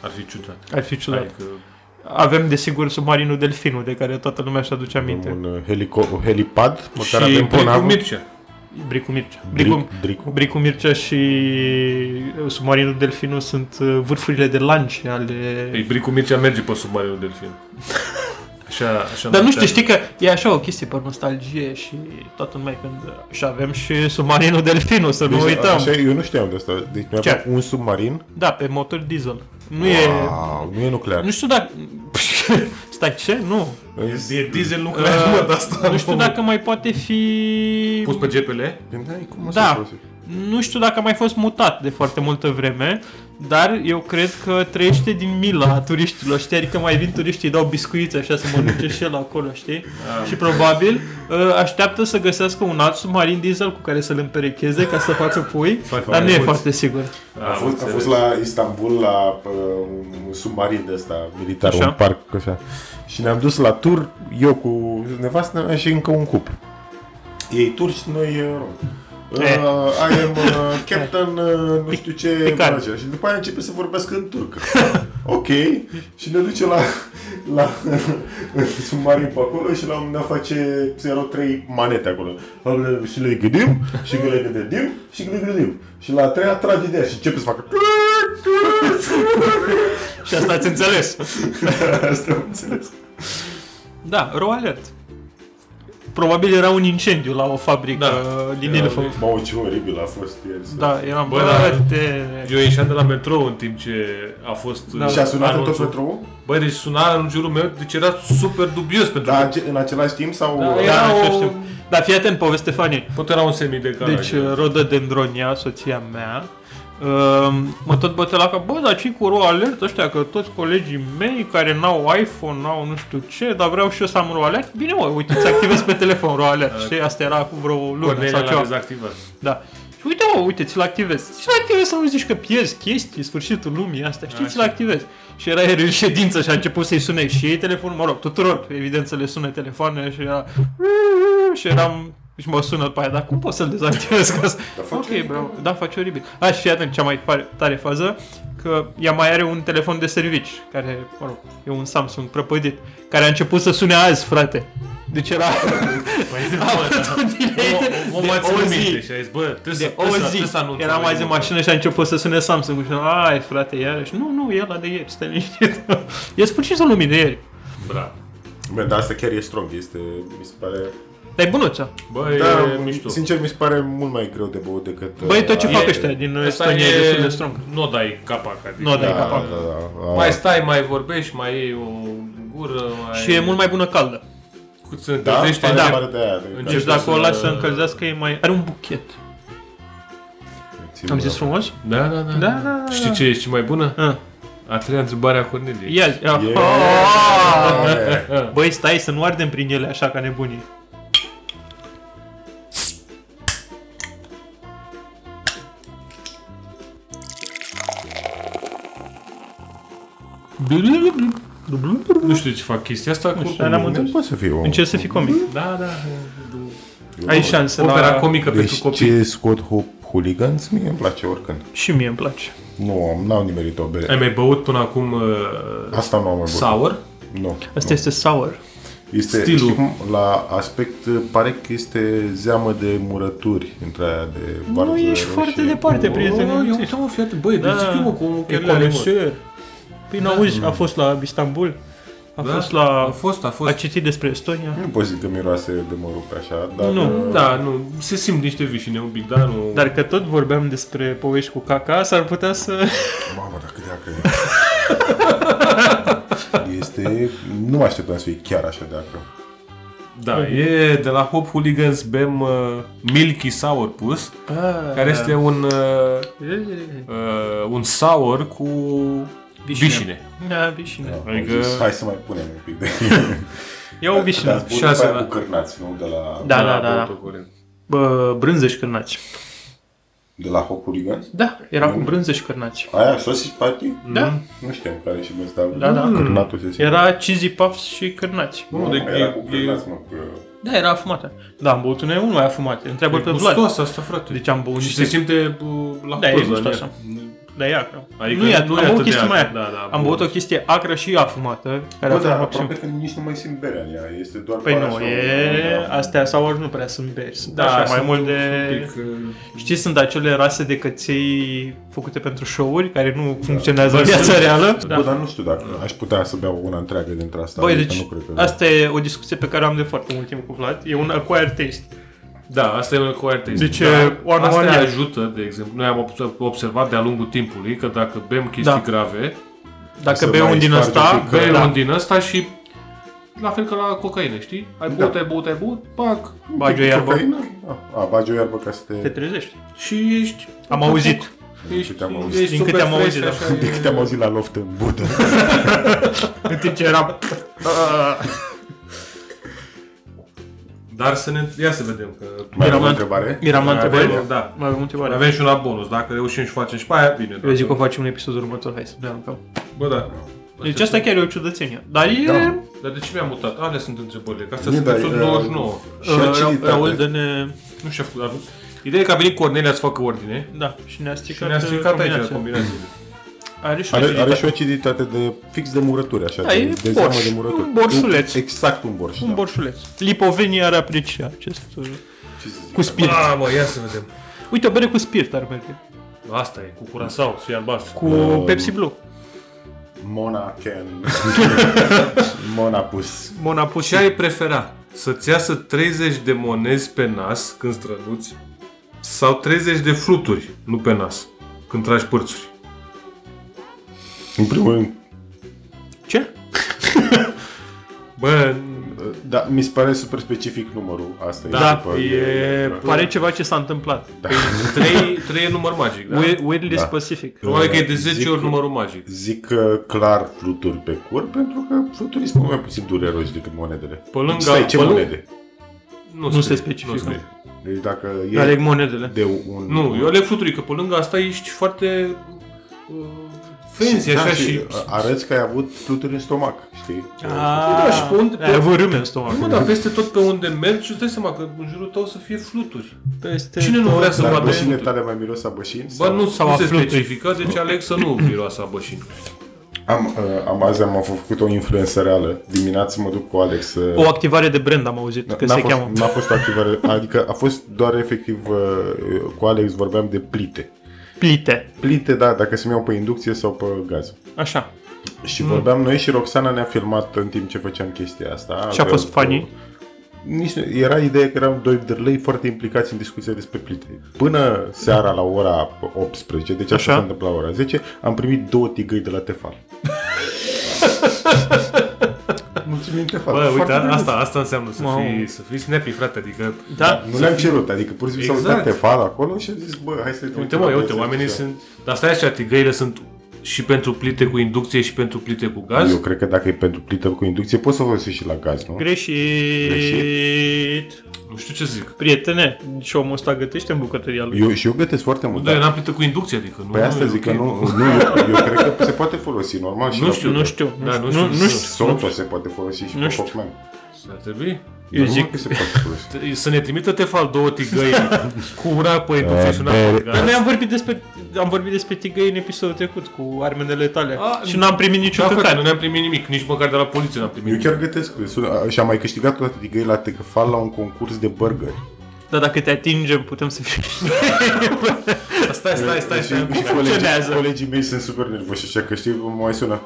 C: ar fi ciudat.
B: ar fi ciudat.
C: Adică,
B: Avem, desigur, submarinul Delfinul, de care toată lumea și aduce aminte.
D: Un uh, helico- un helipad, măcar
C: și
D: avem pe o
C: Bricul
D: navă.
C: Mircea.
B: Bricu Mircea. Bricu,
D: Bric- Bricu?
B: Bricu Mircea și submarinul uh, Delfinul sunt uh, vârfurile de lanci ale...
C: Păi Bricul Mircea merge pe submarinul delfin. Așa, așa
B: Dar nu știu,
C: mergeam.
B: știi că e așa o chestie pe nostalgie și toată lumea când și avem și submarinul Delfinul, să nu
D: Deci,
B: uităm.
D: Așa, eu nu știam de asta. Deci mi-a
B: Ce?
D: dat un submarin.
B: Da, pe motor diesel. Nu e...
D: Wow, nu e nuclear. Păi,
B: Nu știu dacă... Stai, ce? Nu.
C: E, e diesel nuclear, mă,
B: Uh,
C: de asta.
B: nu știu dacă mai poate fi...
C: Pus pe GPL?
D: Gândeai, Păi, cum o să
B: Da.
D: folosești?
B: Nu știu dacă a mai fost mutat de foarte multă vreme, dar eu cred că trăiește din mila a turiștilor, știi? Adică mai vin turiștii, îi dau biscuiți așa să mănânce și el acolo, știi?
C: Ah.
B: și probabil ă, așteaptă să găsească un alt submarin diesel cu care să-l împerecheze ca să facă pui, dar nu e
C: mulți.
B: foarte sigur.
D: A fost, a fost la Istanbul la uh, un submarin de ăsta militar,
B: Așa.
D: un parc așa. Și ne-am dus la tur, eu cu nevastă mea și încă un cuplu. Ei turci, noi uh, rom. Uh,
B: Eh.
D: I am uh, captain, uh, nu știu ce,
B: Picard.
D: manager. Și după aia începe să vorbească în turcă. ok. Și ne duce la, la submarin pe acolo și la un moment dat face, erau trei manete acolo. Și le gândim, și le gândim, și le gândim. Și la a treia trage de ea și începe să facă...
B: Și asta ați înțeles.
D: Asta am înțeles.
B: Da, ro alert. Probabil era un incendiu la o fabrică ă,
C: Da.
B: din
C: Era-
B: Ilfov.
D: Mamă, ce oribil a fost ieri. să-
B: Da, eram
C: Bă,
B: bă,
C: da.
B: de...
C: Eu ieșeam de la metrou în timp ce a fost
B: Da.
C: uh,
D: Și a sunat în tot
C: anunțul.
D: metrou?
C: Băi, deci suna în jurul meu, deci era super dubios pentru
D: Dar
C: că
D: ace- Da, în același timp sau...
C: Da,
B: Da,
C: Era
B: în
C: o-
B: același timp. da, fii atent, poveste fanii.
C: tot era un semi de care.
B: Deci, rododendronia, soția mea, um, mă tot bătea la cap, bă, dar ce cu ro alert ăștia, că toți colegii mei care n-au iPhone, n-au nu știu ce, dar vreau și eu să am ro alert, bine mă, uite, îți activez pe telefon ro alert, știi, asta era cu vreo lună
C: Cornelia
B: sau
C: l-a
B: ceva.
C: dezactivat.
B: Da. Și uite, mă, uite, ți-l activez. Ți-l activez să nu zici că pierzi chestii, sfârșitul lumii asta, știi,
C: Așa.
B: ți-l activez. Și era ieri în ședință și a început să-i sune și ei telefonul, mă rog, tuturor, evident, să le sune telefoanele și era... Și eram... Și mă sună după aia, dar cum pot să-l dezactivez ca să...
D: Dar face
B: ok,
D: oribil,
B: bro,
D: mă.
B: da, face oribil. A, și fii atent, cea mai fa- tare fază, că ea mai are un telefon de servici, care, mă rog, e un Samsung prăpădit, care a început să sune azi, frate. Deci era...
C: Păi,
B: a avut un delay de, Păi,
C: Vom
B: de
C: mai
B: o
C: ținut
B: zi.
C: minte și a zis, bă, trebuie să,
B: De o
C: trebuie să, trebuie
B: zi
C: să anunț.
B: eram azi în mașină și a început să sune Samsung și am zis, ai frate, iarăși, nu, nu, e ăla de ieri, stai liniștit. e sfârșitul lumii de ieri.
C: Bravo.
D: Bă, dar asta chiar e strong, este, mi se pare...
B: Dar e bunuță.
C: Bă,
D: Da,
C: e mișto.
D: sincer, mi se pare mult mai greu de băut decât...
B: Băi, tot ce
D: uh,
B: fac ăștia din
C: Asta
B: Estonia e destul de strong.
C: Nu dai capac, adică.
B: Nu dai
D: da,
B: capac.
D: da, da, da.
C: Mai stai, mai vorbești, mai iei o gură, mai...
B: Și e mult mai bună caldă.
C: Cu se
D: Da,
C: încălzește,
D: pare,
C: da.
D: pare de aia. de-
C: Începi
B: Deci
C: Trebuie
B: dacă
C: să-
B: o lași să încălzească e mai... Are un buchet.
D: Țin
B: Am
D: mâna.
B: zis frumos?
C: Da, da, da.
B: Da, da, da.
C: Știi ce e și mai bună?
B: Ah.
C: A treia întrebare a Corneliei.
B: Ia zi. Ah.
D: Yeah.
B: Ah. Băi, stai să nu ardem prin ele așa ca nebunii.
C: Nu știu ce fac chestia asta cu...
B: știu, n-am
D: Nu poate să fie om.
B: Încerc să fii comic.
C: Da, da.
B: Ai șanse
C: Opera
B: la...
C: comică pentru
D: Deci
C: copii.
D: ce scot ho- hooligans, mie îmi place oricând.
B: Și mie îmi place.
D: Nu, am- n-am nimerit o bere.
C: Ai mai băut până acum uh,
D: Asta nu am mai băut.
C: sour?
D: Nu.
B: Asta este sour.
D: Este,
C: Stilul.
D: știi cum, la aspect pare că este zeamă de murături între aia de varză
B: Nu ești
D: roșie.
B: foarte departe,
C: Oh, eu
B: prietene.
C: uite, mă, fii atent, băi, deci zic eu, mă, cu omul
B: Da. e
C: chiar le-are, mă.
B: comisar. Păi n-auzi, a fost la Istanbul, a
C: Da?
B: fost la...
C: A fost, a fost.
B: A citit despre Estonia.
D: Nu pot zic că miroase de mărupe așa, dar...
B: Nu. Da,
C: Da, nu, se simt niște vișine un pic, dar nu...
B: Dar că tot vorbeam despre povești cu caca, s-ar putea să...
D: Mamă, dar cât de acră e. este... Nu mă așteptam să fie chiar așa de acră.
C: Da, e de la Hop Hooligans bem uh, Milky Sour pus,
B: Ah.
C: care este un, uh, uh, un sour cu vișine.
B: Da, vișine.
C: Adică-
D: Am zis, Hai să mai punem un pic de...
B: Ia o vișină.
D: Bun,
C: șase,
D: după aia
C: da.
D: cu cârnați, nu? De la,
B: Da, da, da. da.
C: autocorent.
B: Bă, brânză și cârnați.
D: de la Hop Hooligans?
B: Da, era cu brânză și cârnați.
D: Aia, sausage party?
B: Da,
D: Nu știam care și mers, dar...
B: Da, da.
D: Cârnatul se simte.
B: era cheesy puffs și cârnați.
D: Nu,
C: de-
D: era cu
C: e-
D: cârnați, mă, că...
B: Da, era afumată. Da, am băut unul, unul mai afumat. Întreabă
C: E
B: pe Vlad.
C: gustoasă asta, frate.
B: Deci am băut
C: și se
B: niște...
C: simte uh, la
B: Da, e
C: poză,
B: gustoasă.
C: nu e-
B: dar e acră.
C: Adică
B: nu e,
C: nu
B: nu am
C: e atât
B: băut
C: de
B: chestie mai
C: acră, da, da,
B: Am
C: bun.
B: băut o chestie acră și afumată, care
D: Bă,
B: a
D: da,
B: fumat
D: aproape
B: puțin.
D: că nici nu mai simt berea în ea, este doar
B: Păi
D: doar
B: nu,
D: așa,
B: e...
D: da.
B: Astea sour nu prea sunt beri. Sunt
C: Da,
B: așa, mai
C: sunt
B: mult
C: un
B: de...
C: pic, uh,
B: Știi, sunt acele rase de căței făcute pentru show-uri, care nu funcționează în viața reală. Da.
D: Bă, dar nu știu dacă aș putea să beau una întreagă dintre asta.
B: Băi,
D: adică
B: deci
D: nu cred că...
B: asta e o discuție pe care o am de foarte mult timp cu Vlad. E un acquired taste.
C: Da, asta e un acquired taste.
B: Deci,
C: da,
B: one
C: asta
B: on one.
C: ajută, de exemplu, noi am obs- observat de-a lungul timpului că dacă bem chestii
B: Da.
C: grave,
B: Dacă
D: Să
B: bei
D: mai
B: un din
D: spargi un
B: ăsta,
D: pic,
B: bei
C: bei
B: da.
C: un din ăsta și la fel ca la cocaină, știi? Ai băut, ai băut, ai băut, pac,
B: Bagi o iarbă,
D: Cocaină? Ah, A, A, bagi o iarbă ca să te...
B: te trezești.
C: și ești...
B: Am auzit.
C: Ești,
D: câte am
C: ești
D: auzit.
B: Din
C: super
B: câte am
C: fresh
B: auzit,
C: și
B: da.
C: așa
D: De
C: e.
D: câte am auzit la loft în budă.
B: În timp ce era...
C: Dar să ne... Ia să vedem că...
D: Mai am o
B: Miramant-
D: întrebare?
B: Miram la
C: Mai avem,
B: întrebări?
C: Da.
B: Mai avem întrebare.
C: Mai avem și una bonus. Dacă reușim și facem și pe aia, bine.
B: Eu
C: dacă-
B: zic că o facem în episodul următor, hai să ne aruncăm.
C: Bă, da.
B: Deci asta chiar e o ciudățenie. Dar e... uh,
D: Da.
C: Dar de ce mi-am mutat? Alea sunt întrebările, că astea
D: Nu,
C: sunt
D: dar,
C: episodul
D: uh,
C: 29.
D: Și adică- aciditate.
B: Raul de ne...
C: Nu știu, a făcut... Ideea e că a venit Cornelia să facă ordine.
B: Da, și ne-a stricat,
C: Și ne-a stricat aici
B: combinația.
C: combinațiile.
B: Are și o
D: Are, are
B: aciditate.
D: și o aciditate de fix de murături, așa,
B: Da,
C: Păi,
D: de,
B: e
D: de
B: borș,
D: zeamă de murături.
B: un borșuleț.
D: Exact un borș,
B: Un
D: da.
B: borșuleț. Lipovenii ar aprecia acest... uh,
D: Ce să zic?
B: Cu spirit.
C: Ah, mă, ia să vedem.
B: Uite, o bere cu spirit ar merge.
C: Asta e, cu curasau, și albastru.
B: Cu
D: Um,
B: Pepsi Blue.
D: Mona Ken. Mona Pus.
B: Mona pus
C: Ce ai prefera? Să-ți iasă 30 de monezi pe nas când strănuți sau 30 de fluturi, nu pe nas, când tragi părțuri?
D: În primul rând,
B: Ce?
C: Bă,
D: da, mi se pare super specific numărul asta.
C: Da,
D: super-
C: e-
B: păi, Pare ceva ce s-a întâmplat.
C: 3, 3 e număr magic, da?
B: We- Weirdly
D: Da.
B: specific.
C: Probabil că e de 10
D: Zic-
C: ori numărul magic.
D: Zic că clar fluturi pe cur, pentru că fluturii sunt mult mai puțin dureroși decât monedele. Pe
C: lângă-
D: Stai, ce
C: pe lângă-
D: monede?
B: Nu se
C: Nu,
B: specifică.
C: scrie.
D: Deci dacă
B: Aleg
D: e
B: monedele.
D: de un...
C: nu, eu le fluturi, că pe lângă asta ești foarte uh, fancy,
D: da,
C: așa
D: și
C: și...
D: Arăți că ai avut fluturi în stomac, știi?
C: Da, și pe unde-
B: Ai avut râme în stomac.
C: Mă, dar peste tot pe unde mergi, îți dai seama că în jurul tău o să fie fluturi.
B: Peste
C: Cine nu
B: tot.
C: vrea să
D: Dar
C: vadă
D: bășinile
C: fluturi?
D: tale mai miros a bășini?
C: Bă, nu,
B: Sau
C: nu
B: a
C: se
B: fluturi.
C: specifică, deci aleg să nu miroasă a bășin.
D: Am, uh, am azi am făcut o influență reală. Dimineața mă duc cu Alex să...
B: O activare de brand am auzit că
D: Da, N-a
B: se
D: fost,
B: cheamă.
D: n-a fost o activare, adică a fost doar efectiv uh, cu Alex vorbeam de plite.
B: Plite.
D: Plite, da, dacă se iau pe inducție sau pe gaz.
B: Așa. Mm.
D: Și vorbeam noi și Roxana ne-a filmat în timp ce făceam chestia asta.
B: Și a fost
D: Aveam-
B: funny.
D: Nici nu- era ideea că eram doi derlei foarte implicați în discuția despre plite. Până seara la ora 18, deci
B: Așa.
D: așa, se întâmpla la ora 10, am primit două tigăi de la Tefal. Mulțumim, Tefal.
C: Bă, uite,
D: Foarte drăguț.
C: Da, asta, asta înseamnă să
B: Mamă.
C: fii, să fii snappy, frate, adică...
B: Da.
D: Nu le-am cerut, adică pur și simplu s-a uitat
C: Exact.
D: Tefal acolo și a zis, bă, hai să le
C: Uite,
D: trimitem
C: mă,
D: la
C: uite,
D: 20
C: oamenii
D: și-
C: sunt... Dar stai așa, tigăile sunt și pentru plite cu inducție și pentru plite cu
D: Eu
C: gaz.
D: cred că dacă e pentru plită cu inducție, poți să o folosești și la gaz, nu?
B: Greșit.
C: Nu știu ce zic.
B: Prietene, și omul ăsta gătește în bucătăria lui.
D: Eu, și eu gătesc foarte mult.
C: Dar eu
D: dar-
C: n-am plită cu inducție, adică nu...
D: Da. Păi asta
C: e
D: zic că
C: ok.
D: nu, nu eu, eu cred că se poate folosi normal și
C: Nu
D: la
C: știu,
B: Nu
D: plită.
B: știu.
C: Da,
B: Nu
C: nu
B: știu.
C: știu.
B: Nu știu.
D: Soto se poate folosi și pe
B: știu.
D: Walkman.
C: Ar trebui?
B: Eu
D: Normal
B: zic
D: că se poate folosi.
C: Să ne trimită Tefal două tigăi cu una pe păi, inducție și una pe
B: Dar
C: gaz.
B: noi am vorbit despre, am vorbit despre tigăi în episodul trecut cu armele tale
C: A,
B: și n-am primit niciun
C: Da, frate,
B: căcan.
C: nu ne-am primit nimic, nici măcar de la poliție n-am primit
D: Eu
C: nimic.
D: chiar gătesc. Sunt- Și am mai câștigat o dată tigăi la Tecfal la un concurs de burger.
B: Dar dacă te atingem, putem să fim...
C: Stai, stai, stai, stai.
D: Deci,
B: funcționează?
D: Colegii, colegii mei sunt super nervoși așa că știi, mă mai sună.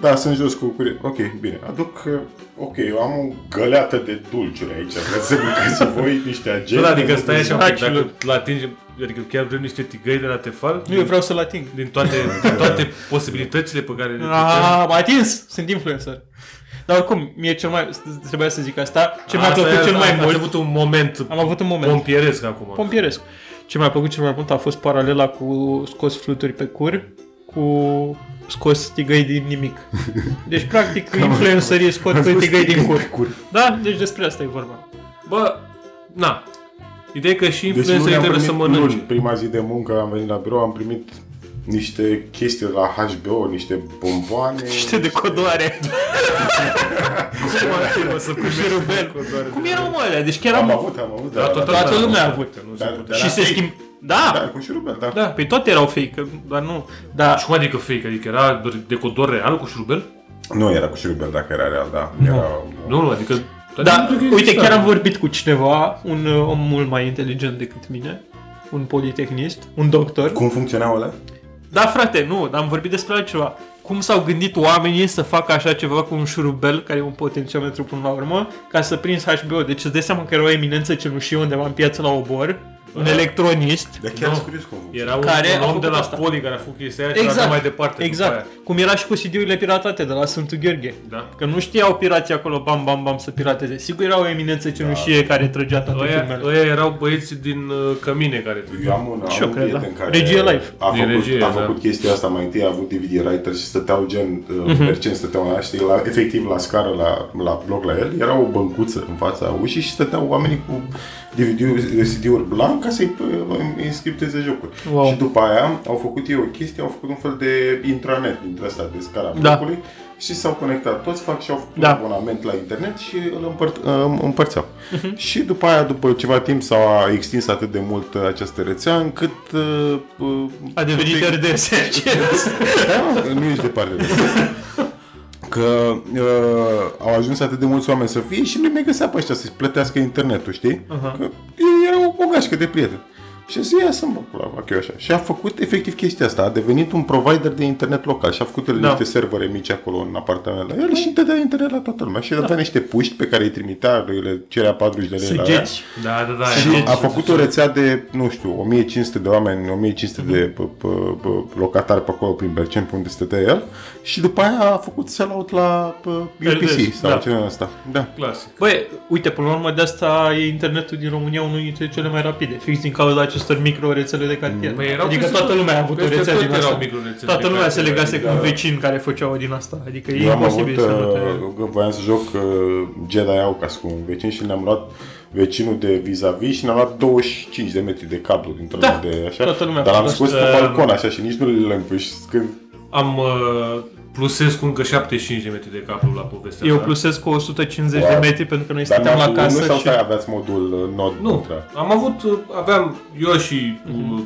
D: Da, sunt jos cu curie. Ok, bine. Aduc, uh, ok, eu am o găleată de dulciuri aici. Vreți să mâncați voi niște agenti?
C: Da, adică stai așa, un pic,
B: Dracilor.
C: dacă îl atingem, adică chiar vrem niște tigăi de la Tefal,
B: Nu, eu vreau să-l ating.
C: din toate, din toate posibilitățile pe care le putem.
B: Ah, m-a atins! Sunt influencer. Dar oricum, mie cel mai... Trebuia să zic asta. Ce mi-a
C: Asta
B: plăcut
C: e,
B: cel
C: a-
B: mai
C: ați
B: mult...
C: avut un moment
B: Am avut un moment
C: pompieresc acum.
B: pompieresc. Ce mi-a plăcut cel mai mult a fost paralela cu scos fluturi pe cur cu scos tigăi din nimic. Deci, practic, influencerii scot pe tigăi din cur. Da? Deci despre asta e vorba.
C: Bă, na. Ideea e că și
D: Deci nu
C: influencerii
D: ne-am
C: trebuie
D: primit
C: să
D: luni,
C: mănânce.
D: prima zi de muncă am venit la birou, am primit niște chestii de la HBO, niște bomboane.
B: Niște de codoare.
C: Cum ar fi, mă, să primești
B: șurubel.
C: cu doar-
B: Cum erau mă alea? Deci chiar
D: Am
B: am...
D: avut, am avut.
C: Da, toată
B: Toată lumea a
C: lumea a
B: avut.
C: avut. Nu se
D: Dar-
C: putea.
D: dar
B: Și
D: la
B: se
D: ei-
B: schimb... Da,
D: Da, e cu șurubel, da.
B: da, pe toate erau fake, că- dar nu. Da,
C: Și cum adică fake? Adică era de codor real cu șurubel?
D: Nu era cu șurubel dacă era real, da. Era...
C: Nu, nu, adică...
B: da,
C: adică nu cred că
B: uite,
C: exista.
B: chiar am vorbit cu cineva, un uh, om mult mai inteligent decât mine, un politehnist, un doctor.
D: Cum funcționau ăla?
B: Da, frate, nu, dar am vorbit despre altceva. Cum s-au gândit oamenii să facă așa ceva cu un șurubel, care e un potențiometru până la urmă, ca să prinzi HBO. Deci îți dai seama că era o eminență cenușie undeva în piață la obor, un electronist.
D: Dar chiar
C: Nu.
D: sunt curios cum funcționa.
C: Era un,
B: Care
C: un
B: a
C: om
B: făcut
C: de la
B: asta.
C: poli care a făcut chestia aia exact. și a dat mai departe.
B: exact.
C: După
B: Cum era și cu CD-urile piratate de la Sfântul Gheorghe.
C: Da.
B: Că nu știau pirații acolo, bam, bam, bam, să pirateze. Sigur era o eminență cenușie care trăgea toate
C: aia. Aia,
B: filmele.
C: aia erau băieți din uh, cămine care...
D: Eu am un,
B: Și
D: am
B: eu
D: un
B: cred,
D: prieten
B: da.
D: care
B: Regie live.
D: a făcut,
C: E regie,
D: a
C: da.
D: făcut chestia asta mai întâi, a avut DVD writer și stăteau gen, uh,
B: Mhm.
D: percent stăteau la, știi, la, efectiv la scară, la, la bloc la el, era o băncuță în fața ușii și stăteau oamenii cu DVD-uri, CD-uri blanc ca să-i uh, inscripteze jocuri.
B: Wow.
D: Și după aia au făcut ei o chestie, au făcut un fel de intranet dintre asta de scara
B: Da.
D: blocului și s-au conectat toți, fac și au făcut
B: Da.
D: da. abonament la internet și îl împărt, îm- împărțeau.
B: Mhm.
D: Și după aia, după ceva timp, s-a extins atât de mult uh, această rețea încât... uh, uh,
B: A devenit
D: copii-
B: RDS.
D: Da, mă, că nu ești departe de Că uh, au ajuns atât de mulți oameni să fie și nu mai găsea pe ăștia să-și plătească internetul, știi? Că ei erau o gașcă de prieteni. Și să ia să-mi fac la fac eu așa. Și a făcut efectiv chestia asta. A devenit un provider de internet local și a făcut el
B: Da.
D: da. Păi- niște servere mici acolo în apartament la el și dădea internet la toată lumea. Și avea niște puști pe care îi trimitea, îi le cerea 40 de lei la ea.
B: Săgeți.
C: Da, da, da.
D: Și a făcut o rețea de, nu știu, 1500 de oameni, 1500
B: Mhm.
D: de p- p- p- locatari pe acolo prin Bercen, pe unde stătea el. Și după aia a făcut sell-out la p- UPC
B: Vedeți, da.
D: sau ce asta. Da.
C: Clasic.
B: Băi, uite, până la urmă de asta e internetul din România unul dintre cele mai rapide, fix din cauza acestor micro rețele de cartier.
C: Păi erau
B: adică
C: peste
B: toată
C: tot-
B: lumea a avut o
C: peste
B: rețea
C: tot
B: din
C: erau
B: asta.
C: microrețele
B: toată
C: de
B: lumea se
C: cartier,
B: legase cu
C: da.
B: un vecin care făcea o din asta. Adică e
D: Eu am
B: imposibil
D: avut,
B: să nu te...
D: uh, că voiam să joc uh, Jedi Aucas cu un vecin și ne-am luat vecinul de vis-a-vis și ne-am luat 25 de metri de cablu dintr-o
B: Da,
D: de așa.
B: toată lumea
D: Dar
B: a
D: l-am
B: fost,
D: scos pe
C: uh,
D: balcon așa și nici nu le împuși. Când
C: Am uh, plusesc încă 75 de metri de capul la povestea
B: Eu
C: asta.
B: plusesc cu 150 de
D: Wow.
B: metri pentru că noi
D: Da. dar
B: stăteam la
D: nu
B: casă
D: sau
B: și...
D: care aveați modul uh, nod
C: Nu,
D: contra?
C: am avut, uh, aveam eu și uh,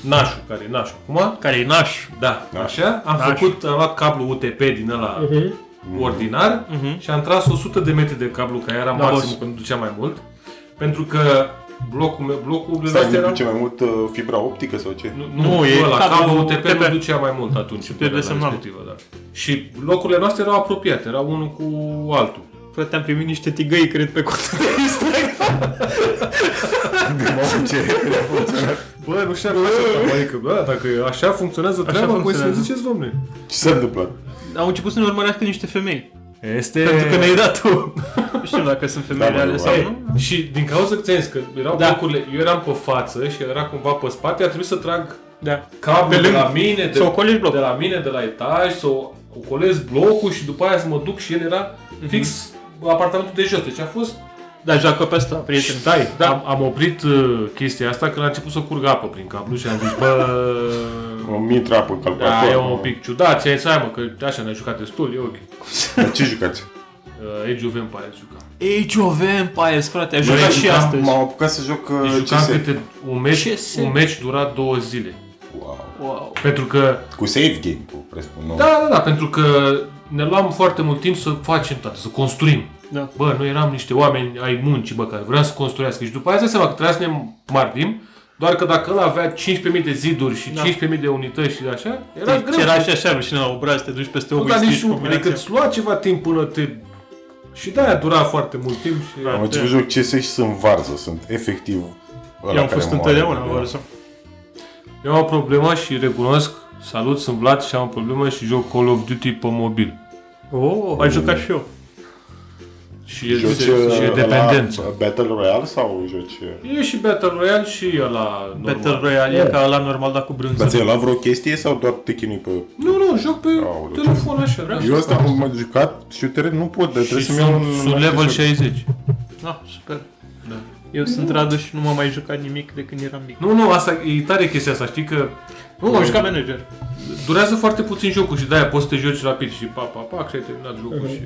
C: Nașu, care e Nașu acum.
B: Care e naș.
C: Da, așa. Am
B: Nașu.
C: făcut, am luat cablu UTP din ăla ordinar și am tras 100 de metri de cablu, care era
B: Da,
C: maxim
B: boss.
C: când ducea mai mult. Pentru că blocul meu, blocul meu
D: Stai,
C: astea
D: nu
C: erau-
D: duce mai mult uh, fibra optică sau ce?
C: Nu, nu,
B: Nu,
C: nu
B: e
C: ăla,
B: cablul
C: cablul UTP,
B: UTP.
C: nu ducea mai mult atunci. în
B: Te
C: perioada
B: desemnam.
C: respectivă, da. Și locurile noastre erau apropiate, erau unul cu altul.
B: Frate, am primit niște tigăi, cred, pe contul de Instagram.
D: Mamă, ce
C: Bă, nu știu așa, adică, bă, dacă așa funcționează treaba, voi să ne
B: funcționează.
C: ziceți, domne.
D: Ce s-a întâmplat?
B: Au început să ne urmărească niște femei.
C: Este...
B: Pentru că ne-ai dat tu. Nu știu dacă sunt femei
D: Da, mă,
B: reale
D: nu,
B: sau
D: ai.
B: nu.
C: Și din cauza că ți-am zis că erau
B: Da.
C: da. blocurile, eu eram pe față și el era cumva pe spate, a trebuit să trag
B: Da. Pe
C: cablul de
B: lângă.
C: la mine, de,
B: Să ocolești
D: Da,
B: blocul.
C: de la mine, de la etaj, să o ocolez blocul și după aia să mă duc și el era fix apartamentul de jos. Deci a fost
B: Da, Jacob ăsta, prieten.
C: Stai, da. am, am oprit uh, chestia asta când a început să curgă apă prin cablu și am zis, bă,
D: O mitra pe
C: da,
D: calculator.
C: e
D: mă.
C: un pic ciudat, ce ai să ai, mă, că așa ne-a jucat destul, e ok.
D: Dar ce jucați?
C: Uh, Age of Empires jucam.
B: Age of Empires, frate, a jucat
C: Noi
B: și
C: jucam
B: astăzi.
D: Deci, M-am apucat să joc uh,
C: Deci jucam
D: CS.
C: câte un meci,
B: Ce se-
C: un meci dura două zile.
D: Wow.
B: Wow.
C: Pentru că,
D: Cu save game, cu presupun. nu?
C: da, da, da, pentru că ne luam foarte mult timp să facem toate, să construim.
B: Da.
C: Bă, noi eram niște oameni ai muncii, bă, care vreau să construiască. Și după aia îți dai seama că trebuia să ne mardim, doar că dacă ăla avea 15.000 de ziduri și
B: Da.
C: 15.000 de unități și așa, era
B: Deci
C: greu.
B: era și așa rușine la obraz, te duci peste
C: Nu,
B: omul
C: dar
B: și
C: nici
B: zici
C: nu, adică
B: combinația.
C: îți lua ceva timp până te... Și de-aia dura foarte mult timp și...
B: Da.
D: Am început să joc CS și sunt varză, sunt efectiv ăla
B: Eu am
D: care
B: fost
D: moare.
B: întotdeauna, vă arăt.
C: Eu am o problemă și recunosc, salut, sunt Vlad și am o problemă și joc Call of Duty pe mobil.
B: Oh, ai jucat și eu.
C: Și e,
D: Joci
C: se, și e
D: uh,
C: dependență.
D: la Battle Royale sau joci... uh,
C: E și Battle Royale și ăla normal.
B: Battle Royale e ca la normal, dar cu
D: Dar ți-ai
B: brânză.
D: luat vreo chestie sau doar te chinui pe...
C: Nu, nu, joc pe
D: Aoleu,
C: telefon așa. da. vreau
D: Eu
C: să
D: asta
C: fac.
D: am mai jucat shooter nu pot, dar trebuie
C: Și
D: să-mi iau
C: sunt,
D: un...
C: sunt level 60.
B: Da, super.
C: Da.
B: Eu sunt Radu și nu m-am mai jucat nimic de când eram mic.
C: Nu, nu, asta e tare chestia asta, știi că
B: Nu, am jucat manager.
C: durează foarte
B: Mhm.
C: puțin jocul și de-aia poți să te joci rapid și pa, pa, pa, și ai terminat jocul și...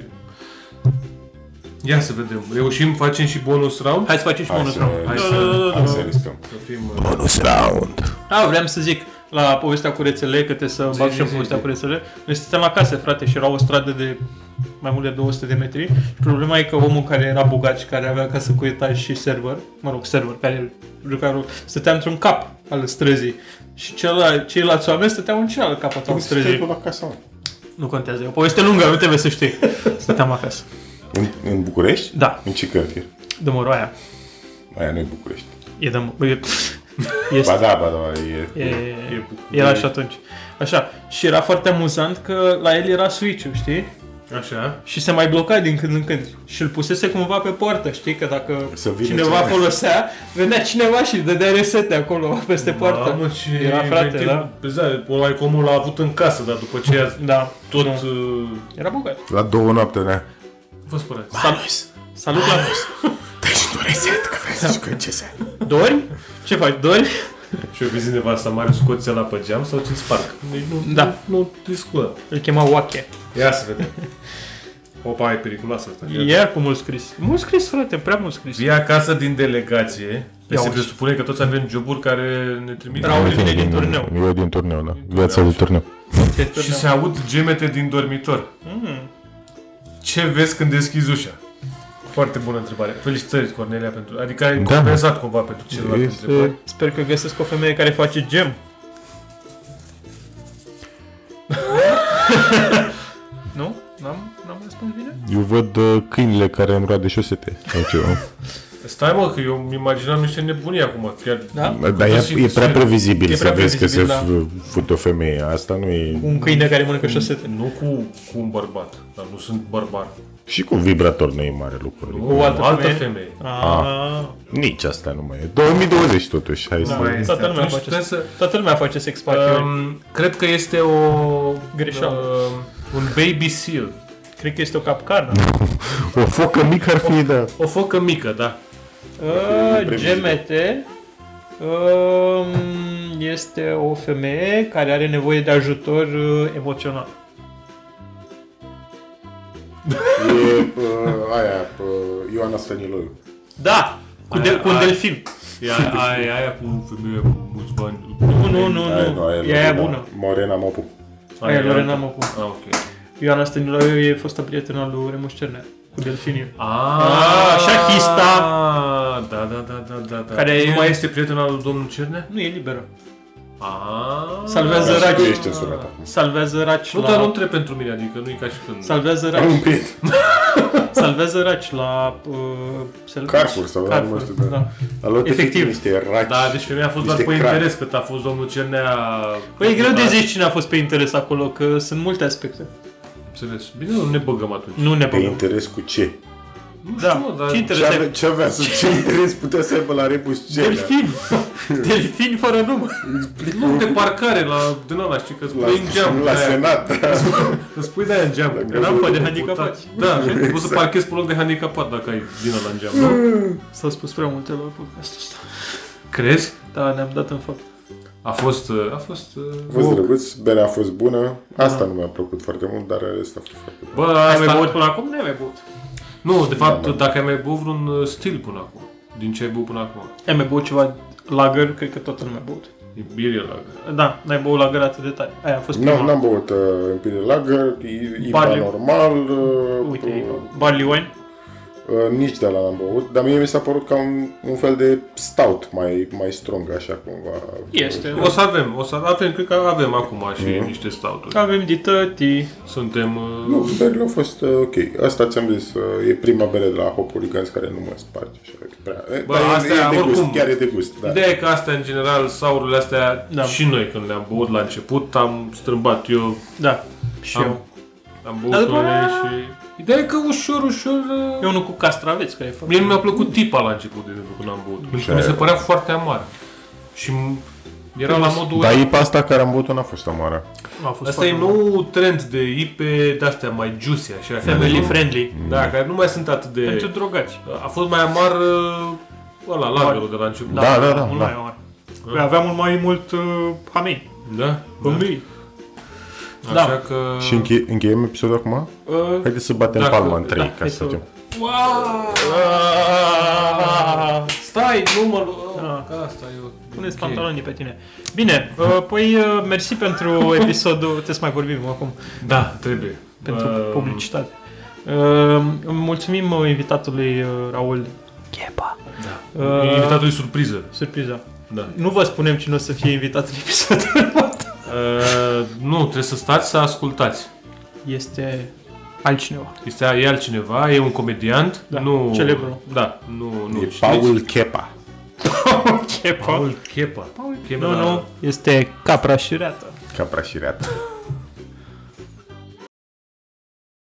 C: Ia să vedem. Reușim, facem și bonus round?
B: Hai să facem și
D: Hai
B: bonus
D: să-
B: round.
D: hai
B: Da,
C: să-
B: da, da, da, da.
D: Hai să riscăm.
C: Să fim... uh,
D: Bonus round.
B: A, Da, vreau să zic, la povestea cu rețele, că te să bag
C: zi,
B: și eu
C: zi,
B: povestea
C: zi.
B: cu rețele. Noi stăteam acasă, frate, și era o stradă de mai mult de 200 de metri. Și problema e că omul care era bogat și care avea casă cu etaj și server, mă rog, server, care, care stătea într-un cap al străzii. Și celălalt, ceilalți oameni stăteau în celălalt cap al
D: Cum stai
B: străzii.
D: tu la casa? mă?
B: Nu contează, e o poveste lungă, nu trebuie să știi. Stăteam acasă.
D: În, în București?
B: Da,
D: În ce cartier?
B: Dămăroaia.
D: Aia nu e București.
B: E dăm... E... Este.
D: Ba da, ba da, e...
B: E,
C: E
B: e,
C: București.
B: era și atunci. Așa. Și era foarte amuzant că la el era switch-ul, știi?
C: Așa.
B: Și se mai bloca din când în când. Și îl pusese cumva pe poartă, știi? Că dacă
D: Să vină
B: cineva
D: cineva.
B: folosea, venea cineva și îi dădea resete acolo, peste poartă.
C: Mamă, ce
B: Era frate,
C: inventiv.
B: da?
C: Exact, ăla e cum omul l-a avut în casă, dar după ce a
B: Da.
C: tot...
B: Nu.
C: uh,
B: Era bogat.
D: La două noapte, ne
C: Vă spuneți.
D: Manus,
B: Salut la...
D: dă-și tu reset, că vrei să jucăm CS.
B: Dori? Ce faci, Dori?
C: Și eu vizit nevasta mare, scoți la pe geam sau ți-l sparg. Deci nu,
B: Da.
C: nu, nu discutăm.
B: Îl chema Oache.
C: Ia să vedem. Opa, e periculoasă asta. Ia.
B: Iar cu mult scris. Mult scris, frate, prea mult scris.
C: Via acasă din delegație.
B: Ia
C: Se
B: uite.
C: presupune că toți avem joburi care ne trimit.
B: Raul vine din turneu.
D: Eu din turneu, da. Viața de turneu.
B: da.
C: Și se aud gemete din dormitor.
B: Mhm.
C: Ce vezi când deschizi ușa? Foarte bună întrebare. Felicitări, Cornelia, pentru... Adică ai
D: Da.
C: compensat cumva pentru celelalte
D: Este-
C: întrebări.
B: Sper că găsesc o femeie care face gem. nu? N-am, n-am răspuns bine?
D: Eu văd uh, câinile care îmi roade șosete sau ceva.
C: Stai mă, că eu îmi imaginam niște nebunii acum. Chiar
B: Da?
D: Dar e, e prea previzibil
C: E
D: să
C: prea
D: vezi că se
C: previzibil,
D: f- fute o femeie. Asta nu e...
B: Un câine care mănâncă șosete.
C: Nu cu, cu un bărbat, dar nu sunt bărbar.
D: Și cu vibrator nu e mare lucru. adică
C: Nu, o
B: altă
C: altă, altă
B: femeie.
C: femeie. femeie.
B: Ah.
D: Nici asta nu mai e. 2020 totuși, hai
C: Mai
D: să...
C: este.
B: Toată lumea
C: Atunci
B: face,
C: trebuie să...
B: toată lumea face sex party. Um,
C: Um, cred că este o...
B: Greșeală.
C: Um, un baby seal.
B: Cred că este o capcană.
D: O focă mică ar fi, da.
C: O focă mică, da.
B: Uh,
D: Previzibil.
B: GMT um, este o femeie care are nevoie de ajutor uh, emoțional.
D: E uh, aia, uh, Ioana Stăniloiu.
B: Da! Cu, de, cu un
C: Aia-
B: delfin.
C: E aia, aia, aia cu femeia cu mulți bani. Nu,
B: Nu, nu, nu, nu. E aia bună.
D: Morena Mopu.
B: Aia Lorena Mocu.
C: Ah, ok.
B: Ioana Stăniloiu e fostă prietena lui Remus Cerner, cu delfinii.
C: Ah,
B: șahista.
C: Da, da, da, da, da, da.
B: Care e-
C: nu mai este prieten al lui domnul Cerne?
B: Nu e liberă.
C: Ah.
B: Salvează
D: Așa că
B: racii.
D: ești censurat acum.
B: Salvează raci
C: Nu, dar nu
B: la...
C: trebuie pentru mine, adică nu e ca și când...
B: Salvează
D: Am
B: raci,
D: un prieten.
B: salvează raci la uh, Selfridge.
D: Carrefour sau la nu
B: Carrefour,
D: mai știu, da.
B: da.
D: A luat
B: Efectiv.
D: efectiv niște raci.
C: Da, deci femeia a fost doar
D: Niște
C: pe
D: crack.
C: interes cât a fost domnul Cernea...
B: Păi e greu de zis cine a fost pe interes acolo, că sunt multe aspecte.
C: Înțeles. Bine, nu ne băgăm atunci.
B: Nu ne
D: Pe
B: băgăm.
D: interes cu ce?
C: Nu
B: Da.
C: știu, dar...
B: Ce
D: Ce
B: interes
D: avea,
B: ai?
D: ce avea să ce interes putea să aibă la Rebus Cerea?
B: Delfin!
D: da.
B: Delfin fără număr.
C: Nu, de parcare la... Din ăla, știi, că îți pui în
D: La,
C: geam.
D: la
C: de aia.
D: Senat.
B: Da.
C: Îți pui de-aia în geam.
D: Dacă Rampă
B: de handicapați.
C: Da, exact. poți să parchezi pe loc de handicapat dacă ai din ăla în geam, nu?
B: S-au spus prea multe la podcastul ăsta.
C: Crezi?
B: Da, ne-am dat în fapt.
C: A fost... uh, A fost... uh,
D: A fost drăguț, berea a fost bună.
B: Da.
D: Asta nu mi-a plăcut foarte mult, dar restul a fost foarte bun.
C: Bă,
B: Ai mai băut
C: asta...
B: până acum? Ne-ai mai băut.
C: Nu, de fapt,
D: Da, da.
C: dacă ai mai băut vreun uh, stil până acum. Din ce ai băut până acum.
B: Ai mai băut ceva lager, cred că toată lumea a băut.
C: E bine la...
B: Da, n-ai băut lager atât de tare. Aia a fost prima.
D: Nu, n-am băut uh, Imperial Lager, I- IPA
B: Barley.
D: normal, uh,
B: Uite,
D: uh,
B: e barley wine.
D: uh, nici de la n-am băut, dar mie mi s-a părut ca un, un fel de stout mai, mai strong, așa cumva.
B: Este.
C: O să avem, o să avem, cred că avem acum și
D: Mhm.
C: niște stauturi.
B: Avem ditătii.
C: Suntem... uh,
D: Nu, berile au fost uh, ok. Asta ți-am zis, uh, e prima bere de la Hopuligans care nu mă sparge. Așa, e prea... e,
C: Bă,
D: dar e-
C: astea,
D: e de
C: oricum.
D: gust, chiar e de gust. Da.
C: Ideea e că astea, în general, saururile astea,
B: Da.
C: da. și noi când le-am băut la început, am strâmbat eu,
B: Da, și
C: Am.
B: eu.
C: am
B: Dar
C: băut
B: după
C: unele
B: aia-
C: și... Ideea e că ușor, ușor... uh,
B: E unul cu castraveți care e foarte...
C: Mie nu mi-a plăcut tipa la început, de exemplu, când am băut. Pentru că mi se părea foarte amar. Și m- era la modul...
D: Dar IPA asta care am băut-o n-a fost amară.
B: A fost
C: Asta e
B: foarte bun.
C: nou trend de ipe de-astea mai juicy, așa. care
B: Family
C: nu-
B: friendly.
C: Da, care nu mai sunt atât de...
B: Pentru drogați.
C: A fost mai amar uh, ăla, lagerul de la început.
D: Da.
B: Mult
D: da.
B: mai amar. Păi Aveam mult mai mult uh, hamei.
C: Da?
B: Hamei.
C: Așa
B: Da.
C: că...
D: Și înche- încheiem episodul acum?
B: Uh,
D: Haideți să batem
C: Ah. Uh, Dacă-
D: palma în trei,
B: da,
D: ca
B: hai
D: să
B: să-
D: facem.
C: Wow!
B: Ah,
C: Stai, nu mă lu-
B: Da.
C: Că Asta e o...
B: Puneți
C: ok.
B: pantalonii pe tine. Bine, uh, păi uh, mersi pentru episodul, trebuie să mai vorbim acum,
C: Da, trebuie.
B: pentru
C: Um,
B: publicitate. Uh, mulțumim uh, invitatului uh, Raul Ghepa.
C: Da.
B: Uh,
C: Uh... Invitatul e surpriză.
B: Surpriza.
C: Da.
B: Nu vă spunem cine o să fie invitat în episodul următor.
C: Uh, nu, trebuie să stați să ascultați.
B: Este altcineva.
C: Este e altcineva, e un comediant.
B: Da,
C: nu...
B: celebru.
C: Da, nu, nu.
D: E
C: știți?
D: Paul Chepa.
B: Chepa.
C: Paul da. Chepa. Paul Chepa.
B: Nu, nu, este capra și reată.
D: Capra și reată.